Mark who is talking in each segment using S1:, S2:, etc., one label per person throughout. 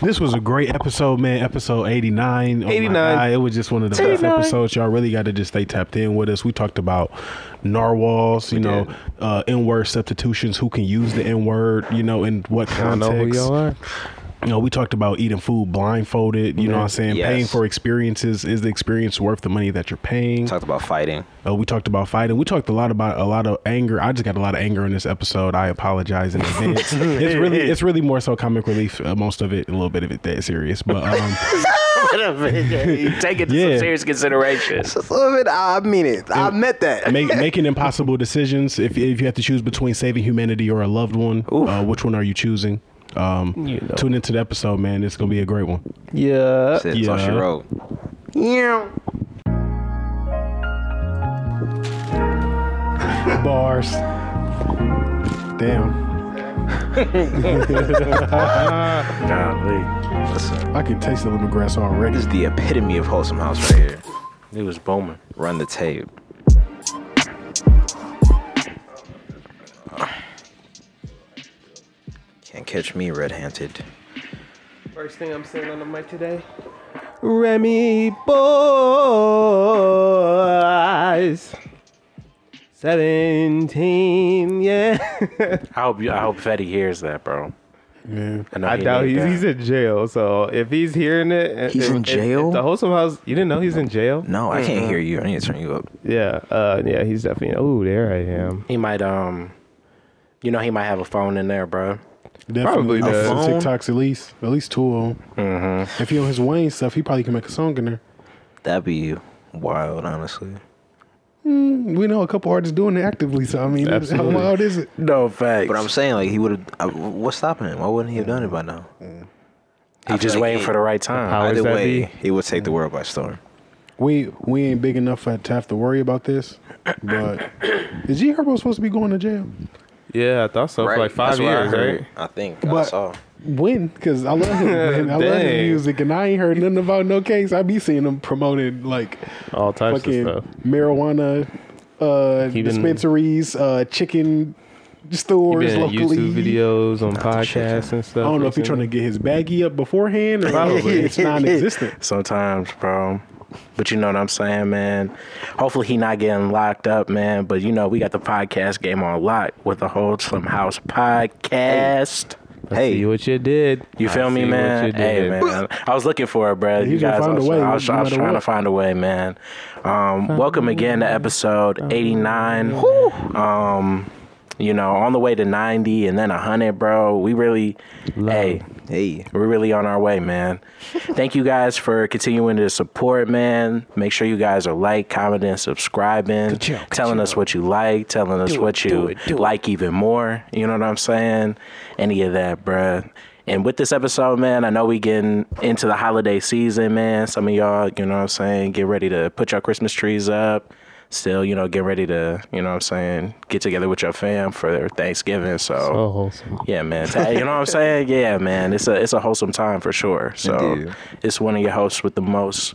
S1: This was a great episode, man. Episode 89. Oh my
S2: 89.
S1: God, it was just one of the best
S2: 89.
S1: episodes. Y'all really got to just stay tapped in with us. We talked about narwhals, you know,
S2: did.
S1: uh, N word substitutions, who can use the N word, you know, in what
S2: I don't
S1: context.
S2: know who y'all are.
S1: You know, we talked about eating food blindfolded. You know what I'm saying?
S2: Yes.
S1: Paying for experiences. Is the experience worth the money that you're paying?
S2: Talked about fighting.
S1: Uh, we talked about fighting. We talked a lot about a lot of anger. I just got a lot of anger in this episode. I apologize in advance. it's really it's really more so comic relief. Uh, most of it, a little bit of it that serious, but um,
S3: Take it
S1: Yeah.
S3: some serious consideration.
S2: Just a little bit. I mean it. I meant that.
S1: make, making impossible decisions. If if you have to choose between saving humanity or a loved one, uh, which one are you choosing? Um,
S3: You know.
S1: Tune into the episode, man. It's gonna be a great one.
S3: Yeah.
S2: That's all she
S1: Yeah.
S2: wrote. Yeah.
S1: Bars. Damn,
S3: Golly.
S2: Listen,
S1: I can taste the lemongrass already.
S2: this is the epitome of wholesome house right here.
S3: It was booming.
S2: Run the tape. Can't catch me red-handed.
S4: First thing I'm saying on the mic today.
S3: Remy boys.
S4: 17, yeah.
S3: I hope you, I hope Fetty hears that, bro.
S1: Yeah.
S3: know
S4: I
S3: he
S4: doubt
S3: need
S4: he's,
S3: that.
S4: he's in jail. So if he's hearing it,
S2: He's
S4: if-
S2: in
S4: if-
S2: jail?
S4: If the wholesome house, you didn't know he's in jail?
S2: No, I can't hear you. I need to turn you up.
S4: Yeah, uh, yeah, he's definitely. Oh, there I am.
S3: He might um, you know, he might have a phone in there, bro.
S1: Definitely
S4: Probably does.
S1: Some
S2: Phone?
S1: TikToks at least, at least two of them.
S3: Mm-hmm.
S1: If he on his Wayne stuff, he probably can make a song in there.
S2: That'd be wild, honestly.
S1: We know a couple artists doing it actively, so I mean, it's- how
S4: Absolutely.
S1: wild is it?
S3: No facts.
S2: But I'm saying, like, he would have. What's stopping him? Why wouldn't he have done it by now? I
S3: He's
S2: feel
S3: just
S2: like
S3: waiting
S2: it-
S3: for the right time.
S4: power- powers
S2: Either
S4: that
S2: way,
S4: be.
S2: he would take the world by storm.
S1: We we ain't big enough for, to have to worry about this. But is G Herbo supposed to be going to jail?
S4: Yeah, I thought so for like five
S2: That's what I
S4: years,
S2: heard.
S4: right?
S2: I think I
S1: But-
S2: saw.
S1: When? Because I love him. Man. I love his
S4: Dang.
S1: music, and I ain't heard nothing about no case. I be seeing him promoting like
S4: All types
S1: fucking
S4: of stuff.
S1: marijuana uh,
S4: He been-
S1: dispensaries, uh, chicken
S4: He
S1: stores
S4: been in
S1: locally.
S4: YouTube videos, on
S2: the shit,
S4: podcasts and stuff.
S1: I don't know if he's trying to get his baggie up beforehand or Probably. it's non-existent.
S3: Sometimes, bro. But you know what I'm saying, man. Hopefully he not getting locked up, man. But you know, we got the podcast game on lock with the whole Slim House podcast.
S2: Hey,
S4: See what you did.
S3: You
S4: I
S3: feel me,
S4: see what
S3: man?
S4: you
S3: Hey,
S4: did.
S3: man. I was looking for it, bro. You
S1: He's gonna
S3: guys, I
S1: find a
S3: was,
S1: way,
S3: I was,
S1: no
S3: I was
S1: matter
S3: trying to
S1: what.
S3: find a way, man. Um, welcome again to episode 89. Whew. Um, you know, on the way to 90 and then 100, bro. We really, hey,
S2: hey,
S3: we're really on our way, man. Thank you guys for continuing to support, man. Make sure you guys are like, commenting, subscribing,
S1: Ka-chow,
S3: telling us what you like, telling us
S4: it,
S3: what
S4: do
S3: you
S4: it, do it.
S3: like even more. You know what I'm saying? Any of that, bruh. And with this episode, man, I know we getting into the holiday season, man. Some of y'all, you know what I'm saying, get ready to put your Christmas trees up. Still, you know, get ready to, you know what I'm saying, get together with your fam for Thanksgiving.
S4: Oh, wholesome.
S3: Yeah, man. Ta- You know what I'm saying? Yeah, man. It's a it's a wholesome time for sure. So
S2: Indeed.
S3: it's one of your hosts with the most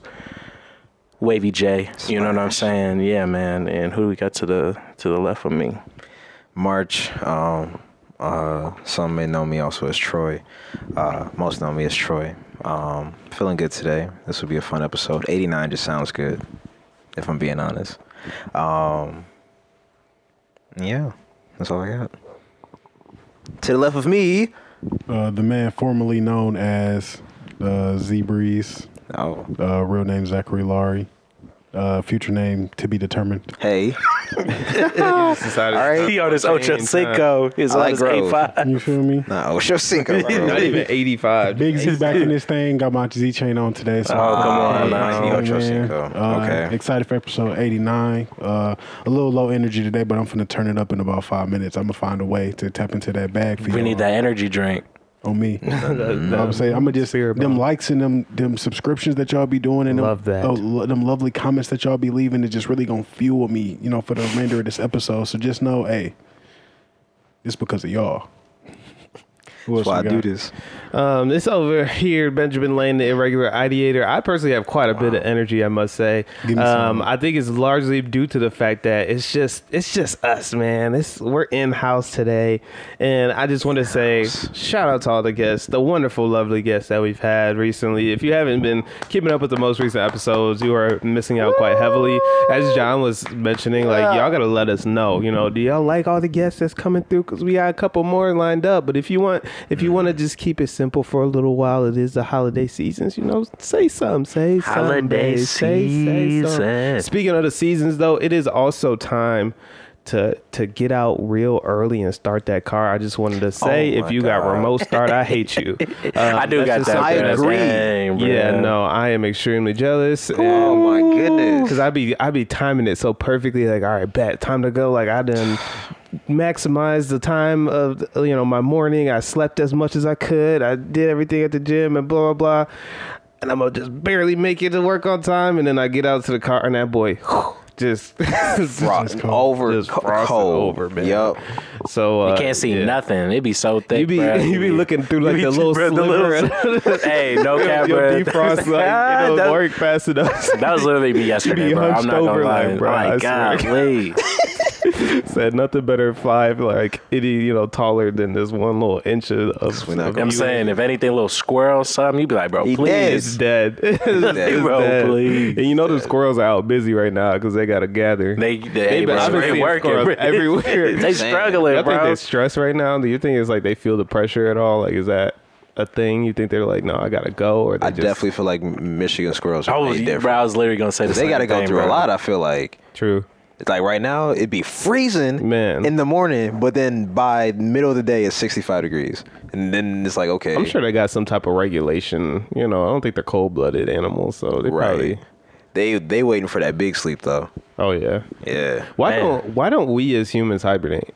S3: wavy J. You know what I'm saying? Yeah, man. And who do we got to the to the left of me?
S2: March. Um, uh, some may know me also as Troy. Uh, most know me as Troy. Um, feeling good today. This will be a fun episode. 89 just sounds good, if I'm being honest. Um, yeah, that's all I got. To the left of me.
S1: Uh, the man formerly known as uh, Z Breeze,
S2: Oh,
S1: uh, real name Zachary Laurie, uh, future name to be determined.
S2: hey.
S4: Decided-
S2: All right.
S3: He on his Ocho Cinco. His
S2: I
S3: on
S2: like
S3: his
S2: Grove.
S3: 85.
S1: You feel me?
S2: No, Ocho Cinco. bro.
S4: Not even 85.
S1: Big Z back in this thing. Got my Z chain on today. So
S3: Uh, Oh, come on,
S2: Hey,
S3: man.
S2: Mikey Ocho
S1: man.
S2: Cinco.
S1: Uh,
S2: okay.
S1: Excited for episode 89. Uh, a little low energy today, but I'm finna turn it up in about five minutes. I'm gonna find a way to tap into that bag for
S3: We
S1: you
S3: need that energy drink.
S1: on me. I'm saying I'm gonna just
S4: Fear
S1: them
S4: bomb.
S1: likes and them them subscriptions that y'all be doing and
S4: Love
S1: them,
S4: that.
S1: oh, lo- them lovely comments that y'all be leaving is just really gonna fuel me, you know, for the remainder of this episode. So just know, hey, it's because of y'all. What
S2: That's why I
S1: else we
S2: do
S1: got?
S2: this.
S4: Um, it's over here, Benjamin Lane, the irregular ideator. I personally have quite a bit of energy, I must say.
S1: Give me some.
S4: Um, I think it's largely due to the fact that it's just it's just us, man. It's we're in house today, and I just want to say shout out to all the guests, the wonderful, lovely guests that we've had recently. If you haven't been keeping up with the most recent episodes, you are missing out quite heavily. As John was mentioning, like y'all gotta let us know. You know, do y'all like all the guests that's coming through? Because we got a couple more lined up. But if you want, if you want to just keep it simple for a little while, it is the holiday seasons. You know, say something, say something,
S3: Holiday
S4: babe. Say- say something.
S3: season.
S4: Speaking of the seasons, though, it is also time. To, to get out real early and start that car, I just wanted to say
S2: Oh
S4: if
S2: my
S4: you got
S2: God.
S4: remote start, I hate you. Uh,
S3: I do
S4: Um,
S3: got
S4: that's just
S3: that.
S4: something
S3: bro.
S2: I agree.
S3: Dang, bro.
S4: Yeah, no, I am extremely jealous.
S2: Oh my goodness.
S4: Because I be I be timing it so perfectly. Like, all right, bet time to go. Like I done maximize the time of you know my morning. I slept as much as I could. I did everything at the gym and blah blah blah. And I'm gonna just barely make it to work on time. And then I get out to the car and that boy. Just
S2: Frosting over,
S4: Just
S2: co-
S4: frosting
S2: cold.
S4: over, man.
S2: Yup.
S4: so uh,
S3: You can't see
S4: yeah.
S3: nothing. It'd be so thick.
S4: You be
S3: bro.
S4: you be looking through like
S3: You
S4: the
S3: be-
S4: little
S3: bro, the
S4: sliver.
S3: little- hey, no cap,
S4: Your
S3: bro.
S4: defrost like you know,
S3: That-
S4: work fast enough.
S3: That was literally me yesterday,
S4: be
S3: bro. I'm
S4: hunched
S3: not gonna
S4: over
S3: lie.
S4: like, bro,
S3: like,
S4: I swear.
S3: golly.
S4: said nothing better fly like any you know taller than this one little inch of, of
S2: we're not
S4: of
S2: gonna-
S3: I'm
S4: you.
S3: saying, if anything, little squirrel, something, you'd be like, bro,
S2: He
S3: please.
S4: it's dead. It's
S3: Bro,
S4: dead.
S3: please.
S4: And you know the squirrels are out busy right now because they gotta gather.
S3: They, they, hey,
S4: been-
S3: bro,
S4: I've been
S3: they
S4: seeing
S3: working
S4: squirrels
S3: bro.
S4: everywhere.
S3: they
S2: Damn.
S3: struggling,
S4: I think
S3: bro.
S4: they're stressed right now. Do you think it's like they feel the pressure at all? Like is that a thing? You think they're like, no, I gotta go, or they
S2: I
S4: just
S2: definitely feel like Michigan squirrels are
S3: I
S2: way
S3: was,
S2: different.
S3: Oh, bro, I was literally gonna say the
S2: They
S3: same
S2: got to go
S3: thing,
S2: through
S3: bro.
S2: a lot. I feel like
S4: true?
S2: It's like right now it'd be freezing
S4: Man.
S2: in the morning, but then by middle of the day it's 65 degrees, and then it's like okay,
S4: I'm sure they got some type of regulation. You know, I don't think they're cold blooded animals, so they
S2: right?
S4: probably.
S2: They they waiting for that big sleep though.
S4: Oh yeah.
S2: Yeah,
S4: Why
S3: Man.
S4: don't Why don't we as humans hibernate?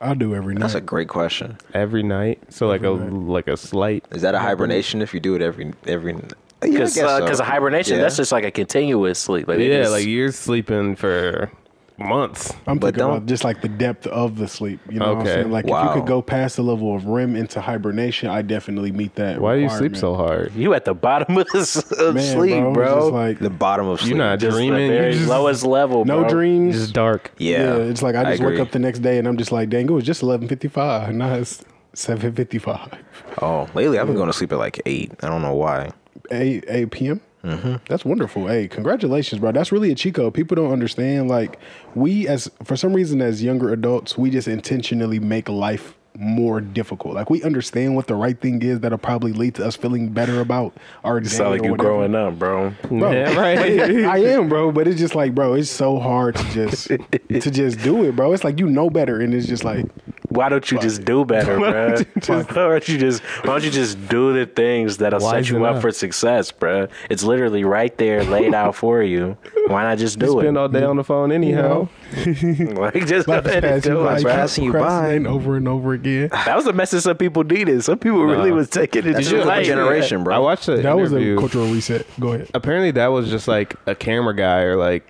S1: I do every night.
S2: that's a great question.
S4: every night. So like a like a slight.
S2: Is that a hibernation if you do it every every?
S3: Because uh, of hibernation, that's just like a continuous sleep. Like, they
S4: Yeah,
S3: just-
S4: like you're sleeping for months.
S1: I'm
S2: But
S1: thinking
S2: don't-
S1: about just like the depth of the sleep. You know what I'm
S4: Okay.
S1: saying? Like if
S2: Wow.
S1: you could go past the level of REM into hibernation, I definitely meet that.
S4: Why do you sleep so hard?
S3: you at the bottom of, s- of
S1: Man,
S3: sleep,
S1: bro,
S3: bro.
S1: it's just like-
S2: the bottom of sleep.
S4: You're not
S3: Just the
S4: dreaming. You
S3: very
S4: just
S3: lowest level,
S1: No
S3: bro.
S1: dreams.
S4: just dark.
S2: yeah,
S1: it's like I just wake
S2: agree.
S1: up the next day and I'm just like, dang, it was just 11:55. Now it's 7:55.
S2: Oh, lately I've been going to sleep at like eight. I don't know why.
S1: 8 8 p.m. Mm-hmm. That's wonderful. Hey, congratulations, bro. That's really a Chico. People don't understand. Like we, as for some reason, as younger adults, we just intentionally make life more difficult. Like we understand what the right thing is that'll probably lead to us feeling better about our day.
S3: Sound like
S1: or
S3: you
S1: whatever.
S3: growing up, bro.
S1: Bro,
S4: Yeah, right.
S1: I am, bro. But it's just like, bro, it's so hard to just to just do it, bro. It's like you know better, and it's just like,
S3: Why don't you just do better, bro? Why don't you just Why don't you just do the things that'll set
S4: Wisen
S3: you up,
S4: up.
S3: for success, bro? It's literally right there, laid out for you. Why not just do
S4: Spend
S3: it?
S4: all day on the phone anyhow.
S3: like just
S1: life is passing,
S3: do it,
S1: life
S3: bro.
S2: passing you by.
S1: procrastinating over and over again.
S3: That was a message some people needed. Some people really was taking it.
S2: That's
S3: too
S2: just
S3: light.
S2: generation, bro.
S4: I watched the
S1: That was a
S4: interview.
S1: cultural reset. Go ahead.
S4: Apparently, that was just like a camera guy or like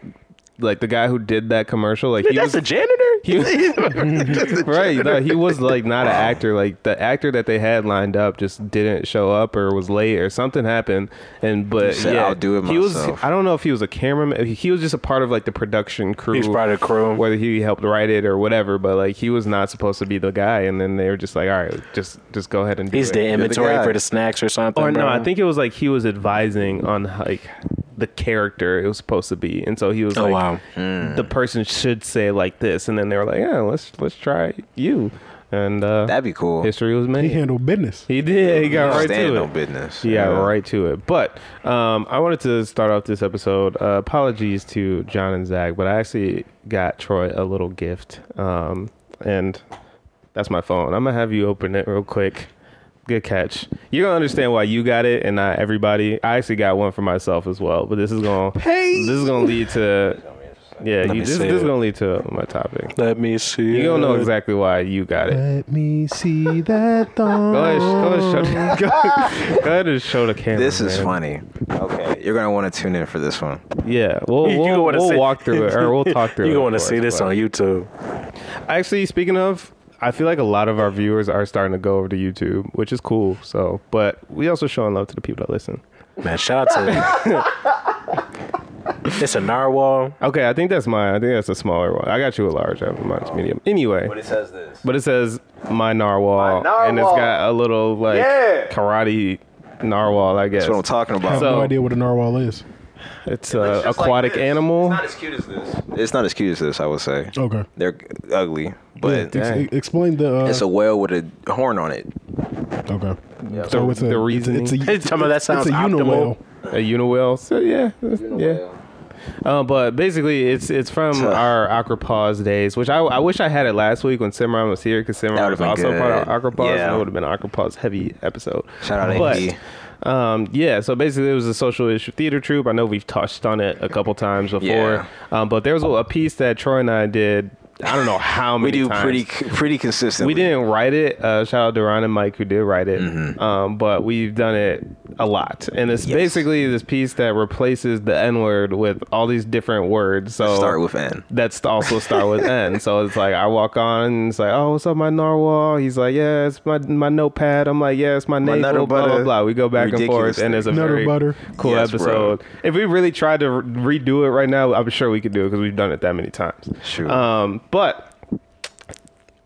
S4: like the guy who did that commercial. Like he
S3: That's
S4: was
S3: a janitor.
S4: he was, right. No, he was like not an actor. Like the actor that they had lined up just didn't show up or was late or something happened. And but
S2: said,
S4: yeah,
S2: "I'll do it
S4: he was.
S2: myself.
S4: I don't know if he was a cameraman. He was just a part of like the production crew.
S3: He was part of the crew.
S4: Whether he helped write it or whatever, but like he was not supposed to be the guy. And then they were just like, all right, just just go ahead and do
S3: He's
S4: it.
S3: the inventory
S2: guy.
S3: for the snacks or something.
S4: Or no,
S3: bro.
S4: I think it was like he was advising on like the character it was supposed to be, and so he was
S3: Oh,
S4: like,
S3: wow.
S4: "The person should say like this," and then they were like, "Yeah, let's let's try you," and uh,
S2: That'd be cool.
S4: history was made.
S1: He handled business.
S4: He did. He got right
S2: Standing
S4: to
S2: on
S4: it.
S2: business.
S4: Yeah, right to it. But um, I wanted to start off this episode. Uh, apologies to John and Zach, but I actually got Troy a little gift, um, and that's my phone. I'm gonna have you open it real quick. Good catch. You're gonna understand why you got it and not everybody. I actually got one for myself as well, but this is gonna this is gonna lead to yeah.
S3: Let
S4: You,
S3: me
S4: this,
S3: see
S4: this is
S3: it.
S4: gonna lead to my topic.
S3: Let me see.
S4: You're gonna know exactly why you got it.
S1: Let me see that
S4: Go ahead,
S1: thong.
S4: go ahead, show, go, go ahead and show the camera.
S2: This is
S4: man.
S2: funny. Okay, you're gonna want to tune in for this one.
S4: Yeah, we'll
S3: You
S4: we'll,
S3: gonna wanna
S4: we'll
S3: see-
S4: walk through it or we'll talk through
S3: You're
S4: it.
S3: going to
S4: of
S3: see
S4: course,
S3: this
S4: but-
S3: on YouTube.
S4: Actually, speaking of, I feel like a lot of our viewers are starting to go over to YouTube, which is cool. So, but we also showing love to the people that listen.
S3: Man, shout out to. it's a narwhal.
S4: Okay, I think that's mine. I think that's a smaller one. I got you a large. I- Mine's medium. Anyway,
S2: But it says this.
S4: but it says my narwhal, and it's
S2: narwhal.
S4: got a little like
S2: Yeah.
S4: karate narwhal. I guess
S2: That's what I'm talking
S1: I
S2: about.
S1: have
S4: So-
S1: no idea what a narwhal is.
S4: it's an aquatic animal.
S2: It's not as cute as this. It's not as cute as this, I would say.
S4: Oh.
S1: Okay.
S2: They're ugly,
S1: Yeah,
S2: but
S1: ex- explain the. Uh,
S2: it's a whale with a horn on it.
S1: okay.
S4: The-
S1: it's a,
S4: the
S1: it's a- It's a,
S3: reasoning. Tell me that sounds
S1: it's a
S3: optimal.
S1: uniwhale.
S4: a uniwhale. So yeah, yeah. Uh, but basically, it's it's from
S2: Tough.
S4: our Aquapaws days, which I, I wish I had it last week when Simran was here because
S2: That
S4: Simran
S2: would've
S4: was
S2: been
S4: also
S2: good.
S4: part of Aquapaws.
S2: Yeah.
S4: and It would have been an Aquapaws heavy episode.
S2: Shout out
S4: but,
S2: AD.
S4: Um, yeah, so basically, it was a social issue theater troupe. I know we've touched on it a couple times before,
S2: Yeah.
S4: um, but there was a, a piece that Troy and I did. I don't know how many
S2: We do
S4: times.
S2: pretty pretty consistently.
S4: We didn't write it. Uh, shout out to Ron and Mike who did write it. Um, but we've done it a lot, and it's
S2: Mm-hmm. Yes.
S4: basically this piece that replaces the N word with all these different words. So
S2: start with N.
S4: that's also start with N. So it's like I walk on, and it's like, oh, what's up, my narwhal? He's like, yeah, it's my my notepad. I'm like, yeah, it's my,
S2: My
S4: navel.
S2: nutter
S4: blah blah
S2: butter.
S4: blah. We go back and
S2: Ridiculous
S4: forth, and it's a
S1: thing. Nutter
S4: very
S1: butter.
S4: cool
S2: Yes, bro.
S4: episode. If we really tried to re- redo it right now, I'm sure we could do it because we've done it that many times.
S2: Sure.
S4: Um, but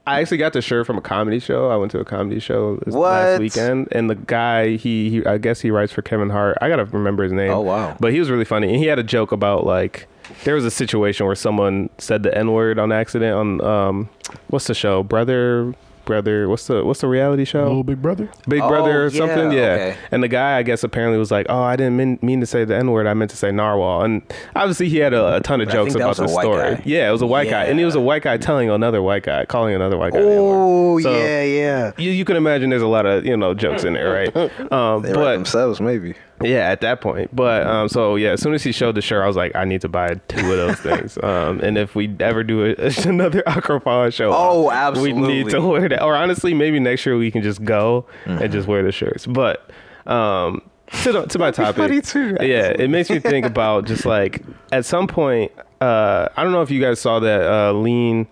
S4: I actually got the shirt from a comedy show. I went to a comedy show this last
S2: What?
S4: weekend, and the guy he, he I guess he writes for Kevin Hart. I gotta remember his name.
S2: Oh, wow.
S4: But he was really funny, and he had a joke about like there was a situation where someone said the N word on accident on um what's the show brother. Brother, what's the what's the reality show?
S1: Little Big Brother.
S4: Big
S2: Oh,
S4: Brother or
S2: yeah,
S4: something. Yeah.
S2: okay.
S4: And the guy, I guess, apparently was like, "Oh, I didn't mean, mean to say the N word. I meant to say narwhal." And obviously, he had a, a ton of
S2: But I
S4: jokes
S2: think that
S4: about
S2: was a
S4: this
S2: white
S4: story.
S2: guy.
S4: Yeah, it was a white guy, and he was a
S2: Yeah.
S4: white guy telling another white guy, calling another white guy. the
S2: Oh
S4: N-word. So
S2: yeah, yeah.
S4: You, you can imagine there's a lot of you know jokes in there, right? Um,
S2: They write
S4: but
S2: themselves, maybe.
S4: yeah, at that point.
S2: Mm-hmm.
S4: But um, so yeah, as soon as he showed the shirt, I was like, I need to buy two of those things. Um, and if we ever do a, another Aquapaw show,
S2: Oh,
S4: we need to
S2: absolutely. Mm-hmm.
S4: wear that. Or honestly, maybe next year we can just go and just wear the shirts. But um, to, to my topic,
S2: funny too,
S4: yeah, it makes me think about just like at some point. Uh, I don't know if you guys saw that uh, lean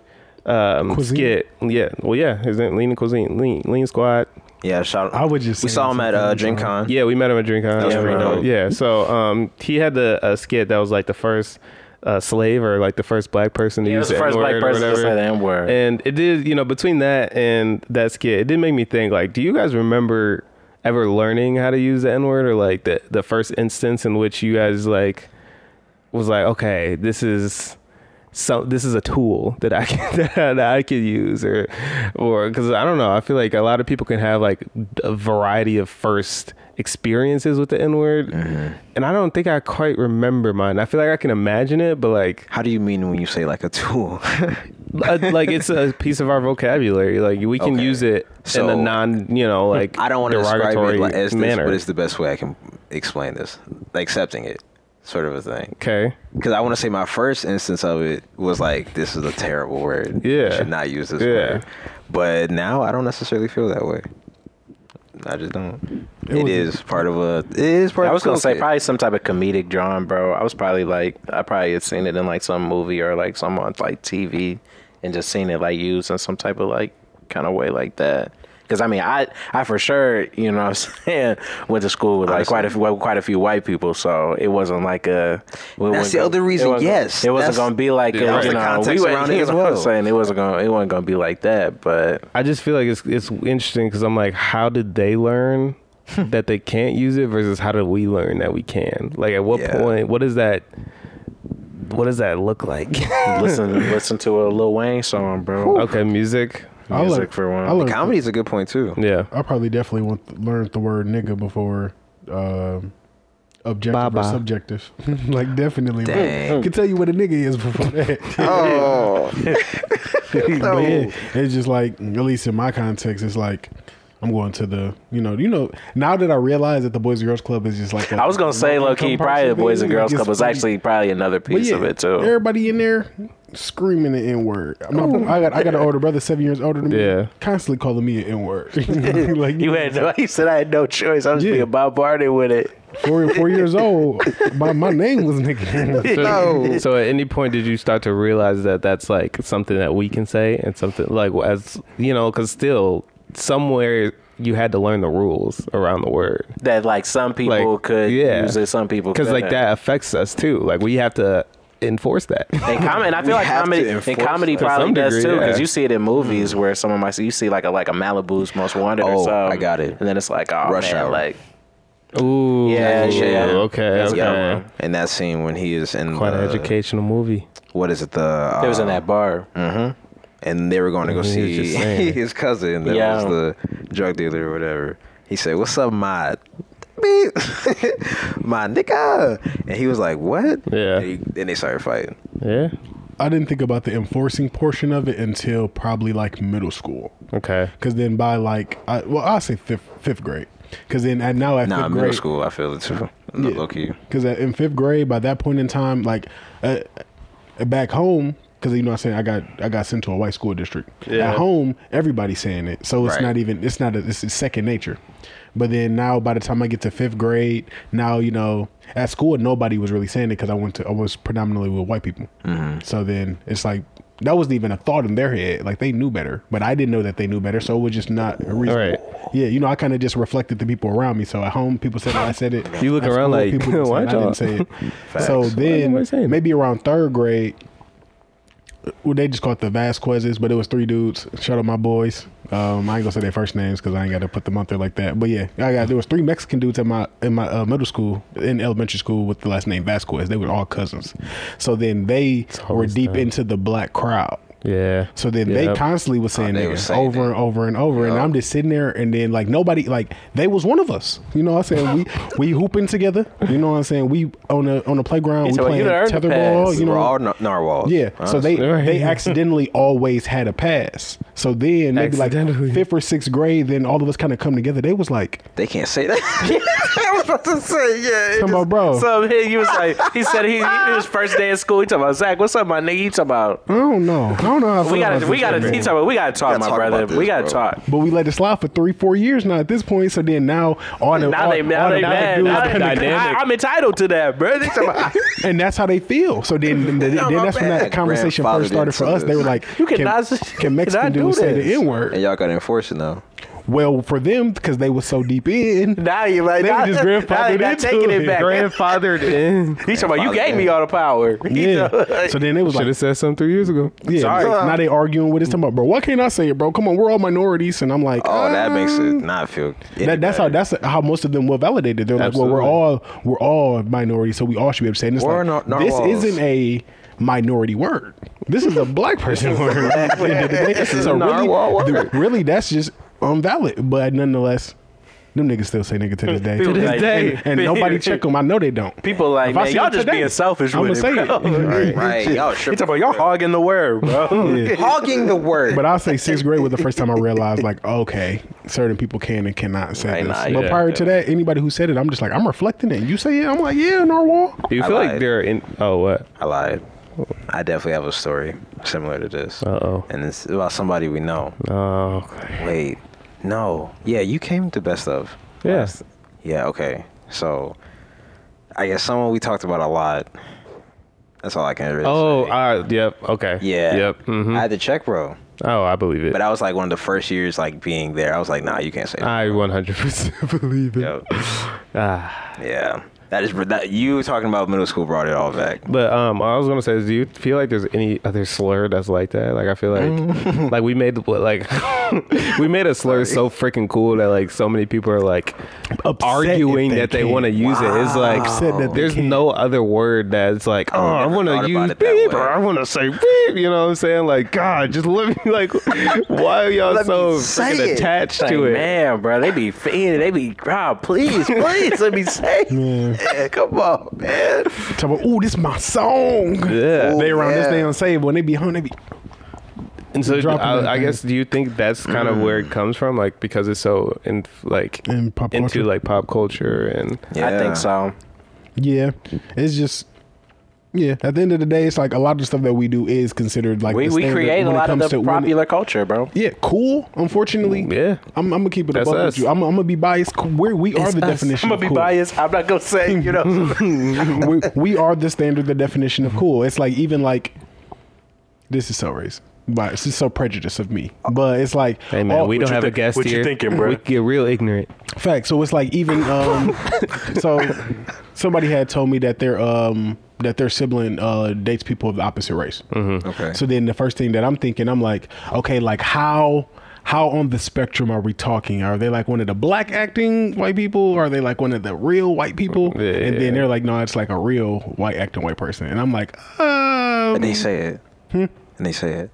S4: um,
S1: Cuisine?
S4: skit. Yeah, well, yeah, his name Lean Cuisine, Lean Lean Squad.
S2: Yeah, shout out.
S1: I would just
S2: We
S1: say
S2: saw him
S1: it's
S2: at
S1: a
S2: uh,
S1: funny
S2: DreamCon.
S4: Yeah, we met him at DreamCon.
S2: was
S4: yeah,
S2: pretty
S4: uh,
S2: dope.
S4: yeah, so um, he had the a skit that was like the first uh, slave or like the first black person to
S3: He was
S4: use
S3: the first black
S4: N-word or
S3: person to
S4: whatever.
S3: say the N word.
S4: And it did, you know, between that and that skit, it did make me think. Like, do you guys remember ever learning how to use the N word, or like the the first instance in which you guys like was like, okay, this is so this is a tool that I can that I could use or or because I don't know I feel like a lot of people can have like a variety of first experiences with the N word, and I don't think I quite remember mine. I feel like I can imagine it, but like
S2: How do you mean when you say like a tool?
S4: uh, like it's a piece of our vocabulary. Like we can
S2: Okay.
S4: use it
S2: So-
S4: in a non, you know, like
S2: I don't want to describe
S4: derogatory
S2: it like, as this,
S4: manner.
S2: but it's the best way I can explain this. Accepting it, sort of a thing.
S4: okay,
S2: Because I want to say my first instance of it was like, this is a terrible word. You
S4: Yeah.
S2: should not use this
S4: Yeah.
S2: word. But now I don't necessarily feel that way. I just don't. it
S1: was-
S2: is part of a. It is part.
S3: I was
S2: of
S3: gonna say
S2: culture.
S3: probably some type of comedic drawing, bro. I was probably like I probably had seen it in like some movie or like some on like TV and just seen it like used in some type of like kind of way like that. Because I mean, I I for sure you know what I'm saying went to school with like quite a few, well, quite a few white people, so it wasn't like a. it wasn't
S2: the
S3: gonna-
S2: other reason,
S3: It wasn't,
S2: yes.
S3: it wasn't
S2: That's-
S3: gonna be like
S2: that
S3: a,
S2: was
S3: you
S2: the
S3: know we
S2: context
S3: were,
S2: around it
S3: you
S2: as
S3: know what I'm
S2: well.
S3: saying it wasn't gonna it wasn't gonna be like that, but
S4: I just feel like it's it's interesting because I'm like, how did they learn that they can't use it versus how did we learn that we can? Like, at what
S2: Yeah.
S4: point? What is that? What does that look like?
S3: listen listen to a Lil Wayne song, bro.
S4: okay, music.
S1: I
S3: Music
S1: learned-
S3: for one.
S1: I learned-
S2: Comedy is a good point too.
S4: Yeah.
S1: I probably definitely want, learned the word nigga before um, objective or
S4: Bye-bye.
S1: subjective. like definitely.
S2: Dang.
S1: Can tell you what a nigga is before that.
S2: Oh,
S1: But yeah, it's just like at least in my context, it's like I'm going to the you know you know now that I realize that the Boys and Girls Club is just like I
S3: I was gonna say low key, probably the Boys and Girls Club was actually probably another piece of it too.
S1: Everybody in there screaming the N word. I got I got an older brother, seven years older than me,
S4: Yeah.
S1: constantly calling me an N word. like
S3: You had no, he said I had no choice. I was
S1: Yeah.
S3: being bombarded with it.
S1: four four years old, my my name was nigga.
S4: So, so at any point did you start to realize that that's like something that we can say and something like as you know because still somewhere you had to learn the rules around the word
S3: That like some people
S4: Like,
S3: could
S4: yeah.
S3: use it, some people
S4: because like
S3: couldn't.
S4: that affects us too like we have to enforce that
S3: And comedy, and I
S2: We
S3: feel like
S2: have to
S3: comedy, and
S2: enforce
S3: comedy
S2: that. To
S3: probably
S4: some
S3: does
S4: degree,
S3: too, because
S4: yeah.
S3: you see it in movies where someone might see, you see like a like a Malibu's Most Wanted or
S2: Hmm. Oh,
S3: something.
S2: I got it.
S3: And then it's like, oh
S2: Rush
S3: man,
S2: Hour.
S3: like
S4: Ooh,
S3: Yeah, yeah.
S4: okay
S3: That's Uh, a
S4: okay
S3: good one.
S2: And that scene when he is in
S4: quite an
S2: the-
S4: educational movie
S2: What is it? The uh,
S3: it was in that bar.
S2: and they were going to go
S4: Mhm, he
S2: see
S4: was just saying.
S2: his cousin that
S3: Yeah.
S2: was the drug dealer or whatever. He said, "What's up, my beep, my nigga?" And he was like, "What?"
S4: Yeah.
S2: And, he, and they started fighting.
S4: yeah
S1: I didn't think about the enforcing portion of it until probably like middle school.
S4: okay
S1: Because then by like, I, well, I'll say fifth, fifth grade. Because then at now at
S2: Nah,
S1: fifth
S2: middle
S1: grade,
S2: school, I feel it too. Low key.
S1: Because in fifth grade, by that point in time, like uh, back home, because you know, what I'm saying I got I got sent to a white school district.
S4: Yeah.
S1: At home, everybody's saying it, so it's
S2: Right.
S1: not even it's not a, it's it's second nature. But then now, by the time I get to fifth grade, now you know at school nobody was really saying it because I went to I was predominantly with white people.
S4: Mm-hmm.
S1: So then it's like. That wasn't even a thought in their head. Like they knew better, but I didn't know that they knew better, so it was just not a reason.
S4: Right.
S1: Yeah, you know, I kind of just reflected the people around me. So at home, people said I said it.
S4: You look
S1: At school,
S4: around like,
S1: people didn't say
S4: why
S1: it. I didn't
S4: y'all-
S1: say it. So
S4: Why you
S1: then
S4: saying
S1: maybe around third grade, well, they just called the Vasquezes, but it was three dudes. Shout out my boys. Um, I ain't gonna say their first names because I ain't got to put them out there like that. But yeah, I got there was three Mexican dudes at my in my uh, middle school in elementary school with the last name Vasquez. They were all cousins. So then they were
S4: always
S1: deep
S4: them.
S1: into the black crowd.
S4: yeah
S1: So then they
S4: Yep.
S1: constantly
S3: Oh,
S1: was saying
S2: they
S1: niggas
S2: was saying
S1: over
S2: that.
S1: and over and over, and
S2: Yup.
S1: I'm just sitting there, and then like nobody, like they was one of us. You know what I'm saying? We we hooping together. You know what I'm saying? We on a on the playground.
S3: He
S1: We
S3: told
S1: playing
S3: you to earn the
S1: tetherball.
S3: pass.
S1: You
S2: We're
S1: know.
S2: all nar- narwhals.
S1: Yeah, so they
S4: Right.
S1: they accidentally always had a pass. So then maybe like
S4: Accidentally.
S1: fifth or sixth grade, then all of us kind of come together. They was like,
S2: They can't say that. I was about to say, yeah. it
S1: "Come
S2: just-
S1: on, bro,
S3: So he, he was like, he said he, he his first day at school. He talking about Zach. What's up, my nigga? He talking about
S1: I don't know, I don't know." How I
S3: we
S1: feel
S3: gotta
S1: about
S3: we
S1: this
S3: gotta
S1: shit,
S3: he
S1: man."
S3: talking about we gotta talk,
S2: Gotta
S3: my
S2: talk
S3: brother.
S2: about this,
S3: we gotta
S2: bro.
S3: talk.
S1: But we let it slide for three, four years now. At this point, so then now all the
S3: Now
S1: all,
S3: they now
S1: all
S3: they
S1: the
S3: mad.
S1: dudes
S3: Now
S1: kinda
S3: they- I, I'm entitled to that, bro. They talking about
S1: and that's how they feel. So then, then, then
S2: No, my
S1: that's when that
S2: bad.
S1: conversation
S2: Grandfather
S1: first started
S2: did
S1: for us. They were like,
S3: Oh, You cannot-
S1: can,
S3: you
S1: can Mexican
S3: cannot do
S1: dudes say the
S3: this."
S1: N
S2: And
S1: word?"
S2: y'all got to enforce it now.
S1: Well, for them, because they were so deep in,
S3: now you like
S1: They were
S3: now,
S1: just
S3: now they
S1: grandfathered
S3: not
S1: into
S3: taking
S1: it.
S3: it back.
S4: grandfathered in
S3: He talking about you gave me all the power. He
S1: yeah.
S3: talking-
S1: So then it was
S4: should
S1: like,
S4: have said something three years ago
S1: yeah.
S3: sorry.
S1: Now they arguing with us talking about, bro. Why can't I say it, bro? Come on, we're all minorities, and I'm like,
S2: Oh, that
S1: "Uh,
S2: makes it not feel. any
S1: That, that's how
S2: better.
S1: that's how most of them were validated. They're like, well, we're all we're all minorities, so we all should be able to say it. And it's
S2: We're
S1: like,
S2: not-
S1: this
S2: narwhals.
S1: isn't a minority word. This is a black person word. At the end of the day.
S2: is
S1: so
S2: a
S1: really,
S2: narwhal word.
S1: th- really, that's just invalid. But nonetheless, them niggas still say nigga to this day.
S3: To this
S1: And-
S3: day.
S1: and, nobody check them. I know they don't.
S3: People like,
S1: If I
S3: man,
S1: see
S3: y'all
S1: them
S3: just
S1: today,
S3: being selfish
S1: I'ma
S3: with
S1: say
S3: it.
S1: it.
S3: Bro.
S2: Right, right. Y'all
S3: He
S2: tripping.
S3: talking about y'all hogging the word, bro.
S1: Yeah.
S2: hogging the word.
S1: But I'll say sixth grade was the first time I realized, like, okay, certain people can and cannot say
S2: Right,
S1: this.
S2: nah,
S1: but
S2: yeah,
S1: prior to that, anybody who said it, I'm just like, I'm reflecting it. You say it, I'm like, yeah, narwhal.
S4: do you
S2: I
S4: feel like
S2: lied.
S4: they're in oh what
S2: I lied. I definitely have a story similar to this.
S1: Oh.
S4: Uh-oh.
S2: And it's about somebody we know.
S4: oh okay.
S2: Wait, no. Yeah, you came to best of.
S4: yes
S2: Yeah, okay. So, I guess someone we talked about a lot. That's all I can really
S4: oh
S2: say.
S4: uh, yep okay
S2: yeah.
S4: yep mhm.
S2: I had to check, bro.
S4: oh i believe it
S2: But I was like one of the first years like being there. I was like, nah, you can't say that.
S4: I 100% believe it.
S2: Yo,
S4: Ah.
S2: yeah. That is that you talking about middle school brought it all back.
S4: But um, I was gonna say, is do you feel like there's any other slur that's like that? Like I feel
S2: Mm.
S4: like, like we made what like we made a slur so freaking cool that like so many people are like
S1: Upset
S4: arguing
S1: if
S4: that they
S1: can.
S4: want to use it. It's
S1: Upset that
S4: like
S1: they
S4: there's
S1: can.
S4: no other word that's like oh I
S2: never
S4: want
S2: thought
S4: to
S2: about
S4: use
S2: it that
S4: beep
S2: way.
S4: or I want to say beep. You know what I'm saying? Like God, just let me like why are y'all
S2: Let me
S4: so
S2: say
S4: freaking
S2: it.
S4: attached
S3: Like,
S4: to it?
S3: man, bro, they be fiending. They be, bro, please, please, let me say.
S1: Yeah.
S2: Yeah, come on, man.
S1: Talk about, ooh, this my song.
S4: Yeah.
S1: They around this,
S2: yeah.
S1: they unsaved. When they be home, they be,
S4: And so,
S1: dropping that
S4: I, I
S1: thing.
S4: guess, do you think that's kind of where it comes from? Like, because it's so in like
S1: In pop
S4: into
S1: culture?
S4: like pop culture and
S3: I think so.
S1: Yeah, it's just yeah. At the end of the day, it's like a lot of the stuff that we do is considered like
S3: We,
S1: the
S3: we
S1: standard
S3: create a
S1: when it
S3: lot of
S1: comes
S3: the
S1: to when it-
S3: popular culture, bro.
S1: yeah, cool. Unfortunately,
S4: Yeah.
S1: I'm, I'm gonna keep it
S4: That's
S1: above
S4: us.
S1: with you. I'm, I'm gonna be biased. We're, we are
S4: It's
S1: the
S4: us.
S1: definition.
S3: I'm gonna
S1: of cool.
S3: be biased. I'm not gonna say, you know.
S1: we, we are the standard, the definition of cool. It's like even like this is so racist, but this is so prejudice of me. But it's like
S4: Hey man,
S1: all-
S4: we don't
S3: you
S4: have
S3: think-
S4: a guest
S3: what you
S4: here.
S3: thinking, bro?
S4: We get real ignorant.
S1: Fact. So it's like even um, so somebody had told me that their um that their sibling uh dates people of the opposite race. Mm-hmm.
S2: Okay.
S1: So then the first thing that I'm thinking, I'm like, okay, like how how on the spectrum are we talking? Are they like one of the black acting white people? Are they like one of the real white people?
S4: Yeah.
S1: And then they're like, no, it's like a real white acting white person. And I'm like, um,
S2: and they say it. And they say it.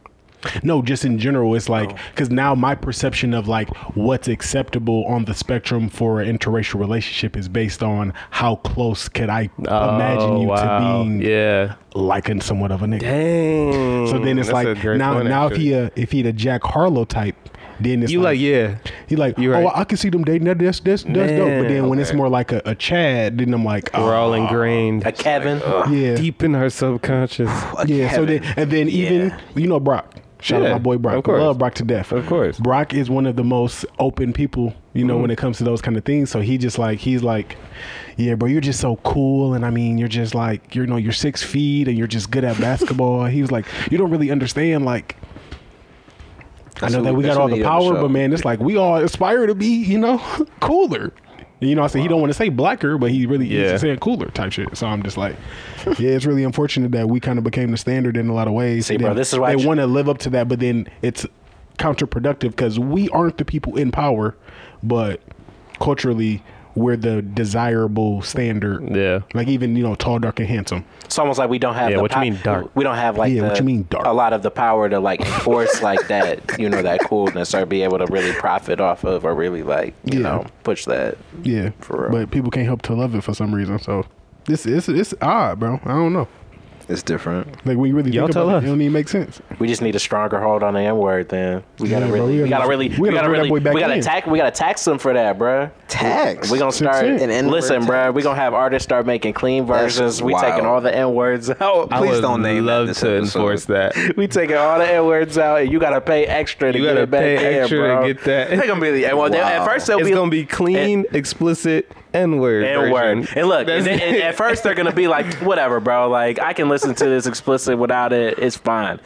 S1: no, just in general, it's
S4: Oh.
S1: like because now my perception of like what's acceptable on the spectrum for an interracial relationship is based on how close could I imagine
S4: Oh,
S1: you
S4: wow.
S1: to being
S4: yeah.
S1: like and somewhat of a nigga.
S4: Dang.
S1: So then it's
S4: That's a
S1: like
S4: great
S1: now
S4: point,
S1: now
S4: actually.
S1: if he a, if he a Jack Harlow type, then it's
S4: you like yeah,
S1: he like
S4: you
S1: oh
S4: right.
S1: I can see them dating that that's that's, that's dope. But
S4: Man,
S1: then when it's
S2: okay.
S1: more like a, a Chad, then I'm like
S4: we're all
S1: "Ah,
S4: ingrained
S3: a Uh, Kevin.
S1: yeah
S4: deep in our subconscious.
S1: yeah, so then and then even
S2: Yeah.
S1: you know Brock. Shout out
S4: Yeah,
S1: my boy Brock.
S4: of course.
S1: Love Brock to death.
S4: Of course. Mm-hmm.
S1: Brock is one of the most open people, you know, when it comes to those kind of things. So he just like he's like, Yeah, bro, you're just so cool and I mean you're just like you know, you're six feet and you're just good at basketball. he was like, You don't really understand like I know that we got all the power, but man, it's like we all aspire to be, you know, cooler. And, You know, I said he don't want to say blacker, but he really
S4: Yeah.
S1: is saying cooler type shit. So I'm just like, yeah, it's really unfortunate that we kind of became the standard in a lot of ways.
S3: See,
S1: And
S3: bro,
S1: then
S3: this is why I
S1: they
S3: ch-
S1: want to live up to that, but then it's counterproductive because we aren't the people in power, but culturally we're the desirable standard.
S4: Yeah.
S1: like even you know, tall, dark, and handsome.
S3: It's almost like we don't have.
S4: Yeah,
S3: the
S4: what you mean dark?
S3: We don't have like
S1: Yeah,
S3: the,
S1: what you mean dark?
S3: A lot of the power to like enforce like that, you know, that coolness or be able to really profit off of or really like you
S1: Yeah.
S3: know push that.
S1: Yeah,
S3: For real.
S1: but people can't help to love it for some reason. So this it's it's odd, bro. I don't know.
S2: it's different.
S1: Like when you really
S4: Y'all
S1: think
S4: tell
S1: about
S4: us.
S1: it, it don't even make sense.
S3: We just need a stronger hold on the N word. Then we gotta
S1: Yeah, bro,
S3: really,
S1: we
S3: we
S1: gotta-
S3: gotta really,
S1: we
S3: we
S1: gotta
S3: gotta
S1: bring that
S3: really,
S1: boy
S3: we
S1: back in.
S3: gotta tax, we gotta tax them for that, bruh.
S2: Tax?
S3: We gonna start
S1: it.
S2: An N-word
S3: listen, bruh.
S2: tax?
S3: We gonna have artists start making clean
S2: That's
S3: versions. We taking
S2: wild.
S3: all the N words out.
S4: I
S2: Please
S4: would
S2: don't name that
S4: love
S2: this
S4: to
S2: episode.
S4: enforce that.
S3: We taking all the N words out, and you gotta pay extra to
S4: You
S3: get
S4: gotta
S3: it back
S4: pay
S3: in,
S4: extra to
S3: bro.
S4: get that.
S3: They gonna be the, well, they- at
S2: Wow.
S3: first they'll
S4: It's
S3: be
S4: gonna be clean, explicit, N word.
S3: N word. And look, and then- and at first they're gonna be like, whatever, bro. Like I can listen to this explicit without it. It's fine.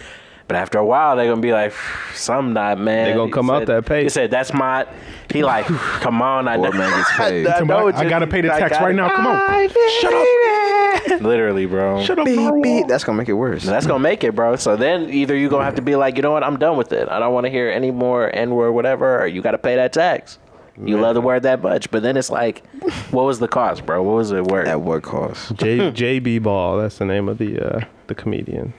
S3: But after a while, they're gonna be like, "Some not man."
S4: They gonna
S3: He
S4: come out
S3: said-
S4: that page.
S3: He said, "That's my." He like, "Come on, I know."
S2: Or man gets paid.
S3: I, know
S1: Somebody-
S3: what
S1: I
S3: you-
S1: gotta pay the
S3: I
S1: tax
S3: gotta-
S1: right now. Come on. Shut up.
S3: Literally, bro.
S1: Shut up,
S2: Beep,
S1: narwhal.
S2: beep. That's gonna make it worse.
S3: That's gonna make it, bro. So then either you gonna have to be like, you know what, I'm done with it. I don't want to hear any more N word, whatever. Or you gotta pay that tax. You love the word that much, but then it's like, what was the cost, bro? What was it worth?
S2: At what cost?
S4: J JB Ball. That's the name of the uh, the comedian.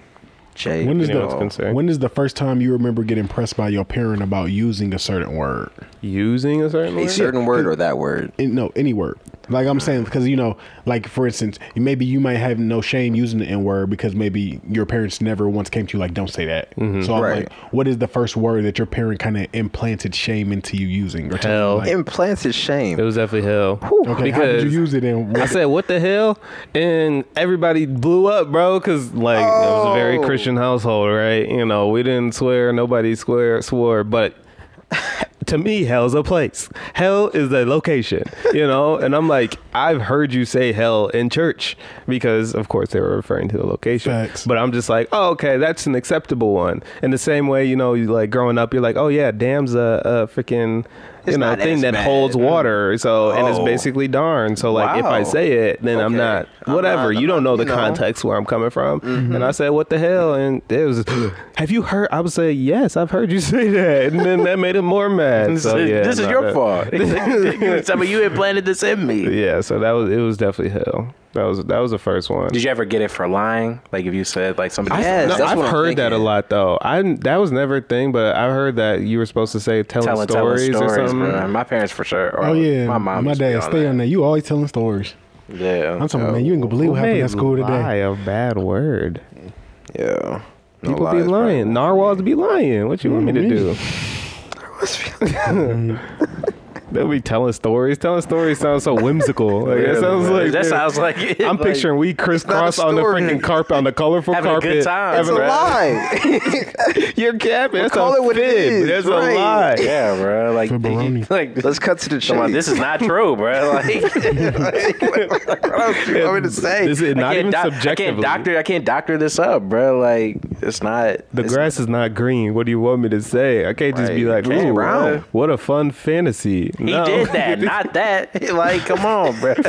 S2: Jay.
S1: When is
S4: Anyone's
S1: the
S4: concerned.
S1: when is the first time you remember getting pressed by your parent about using a certain word?
S4: Using a certain
S2: a
S4: word.
S2: certain word or that word?
S1: In, no, any word. Like I'm saying, because you know, like for instance, maybe you might have no shame using the N word because maybe your parents never once came to you like, "Don't say that."
S4: Mm-hmm.
S1: So I'm
S2: Right.
S1: like, what is the first word that your parent kind of implanted shame into you using? Or telling
S4: Hell.
S1: you, like,
S2: Implanted shame.
S4: It was definitely hell.
S1: okay, how did you use it? And
S4: I said, "What the hell?" And everybody blew up, bro, because like it was a very
S2: Oh.
S4: Christian household, right? You know, we didn't swear, nobody swear swore, but to me, hell's a place. Hell is a location, you know. and I'm like, I've heard you say hell in church because, of course, they were referring to the location.
S1: Facts.
S4: But I'm just like, oh, okay, that's an acceptable one. In the same way, you know, you like growing up, you're like, oh yeah, damn's a, a freaking.
S2: It's
S4: You know,
S2: not
S4: thing
S2: as
S4: that
S2: bad. Mm-hmm.
S4: holds water. So, and it's
S2: Oh.
S4: basically darn. So, like, if I
S2: Wow.
S4: say it, then I'm
S2: Okay.
S4: not.
S2: I'm
S4: Whatever.
S2: not-
S4: you don't know the
S2: you know. Mm-hmm.
S4: context where I'm coming from. And I said, what the hell? And it was, have you heard? I would say, yes, I've heard you say that. And then that made him more mad. So, yeah,
S3: this is
S4: no,
S3: your
S4: that-
S3: fault. You- Some of you implanted this in me.
S4: Yeah. So that was, it was definitely hell. That was, that was the first one.
S3: Did you ever get it for lying? Like if you said like somebody.
S2: Yes,
S4: No,
S2: that's
S4: I've
S2: what I'm
S4: heard that a
S2: thinking.
S4: lot though. I that was never a thing, but I heard that you were supposed to say telling,
S3: Telling, telling
S4: stories,
S3: stories,
S4: or something.
S3: bro. My parents for sure. or
S1: oh yeah,
S3: my mom.
S1: my
S3: used to be
S1: dad, stay on
S3: that.
S1: that. You always telling stories.
S3: Yeah,
S4: Oh,
S1: I'm talking, man, you ain't gonna believe
S4: Who
S1: what happened
S4: made
S1: at school today.
S4: lie a bad word.
S2: Yeah.
S4: People
S2: lies,
S4: be
S2: bro.
S4: lying. Narwhals be lying. What you want me to do? They'll be telling stories. Telling stories sounds so whimsical. Like, it sounds like
S3: that sounds like
S4: I'm picturing we crisscross on the
S2: story.
S4: freaking carpet, on the colorful
S3: Having a
S4: carpet.
S3: good time.
S2: It's a
S3: Ever-
S2: lie.
S4: You're capping. That's
S2: Call
S4: a
S2: it what it
S4: fib.
S2: is.
S4: That's
S2: right.
S4: a lie.
S3: yeah, bro. Like,
S1: Fibberoni.
S3: like
S2: Let's cut to the chase.
S3: come on, this is not true, bro. Like,
S2: what else you want me to say?
S4: This is
S3: I
S4: not
S3: can't
S4: even
S3: doc- I
S4: subjectively.
S3: can't doctor. I can't doctor this up, bro. Like, it's not
S4: the
S3: it's
S4: grass is not green. What do you want me to say? I can't just be
S2: Right.
S4: like,
S2: You can't,
S4: ooh,
S2: bro.
S4: what a fun fantasy.
S3: He did that, not that. Like, come on, bro.
S4: You're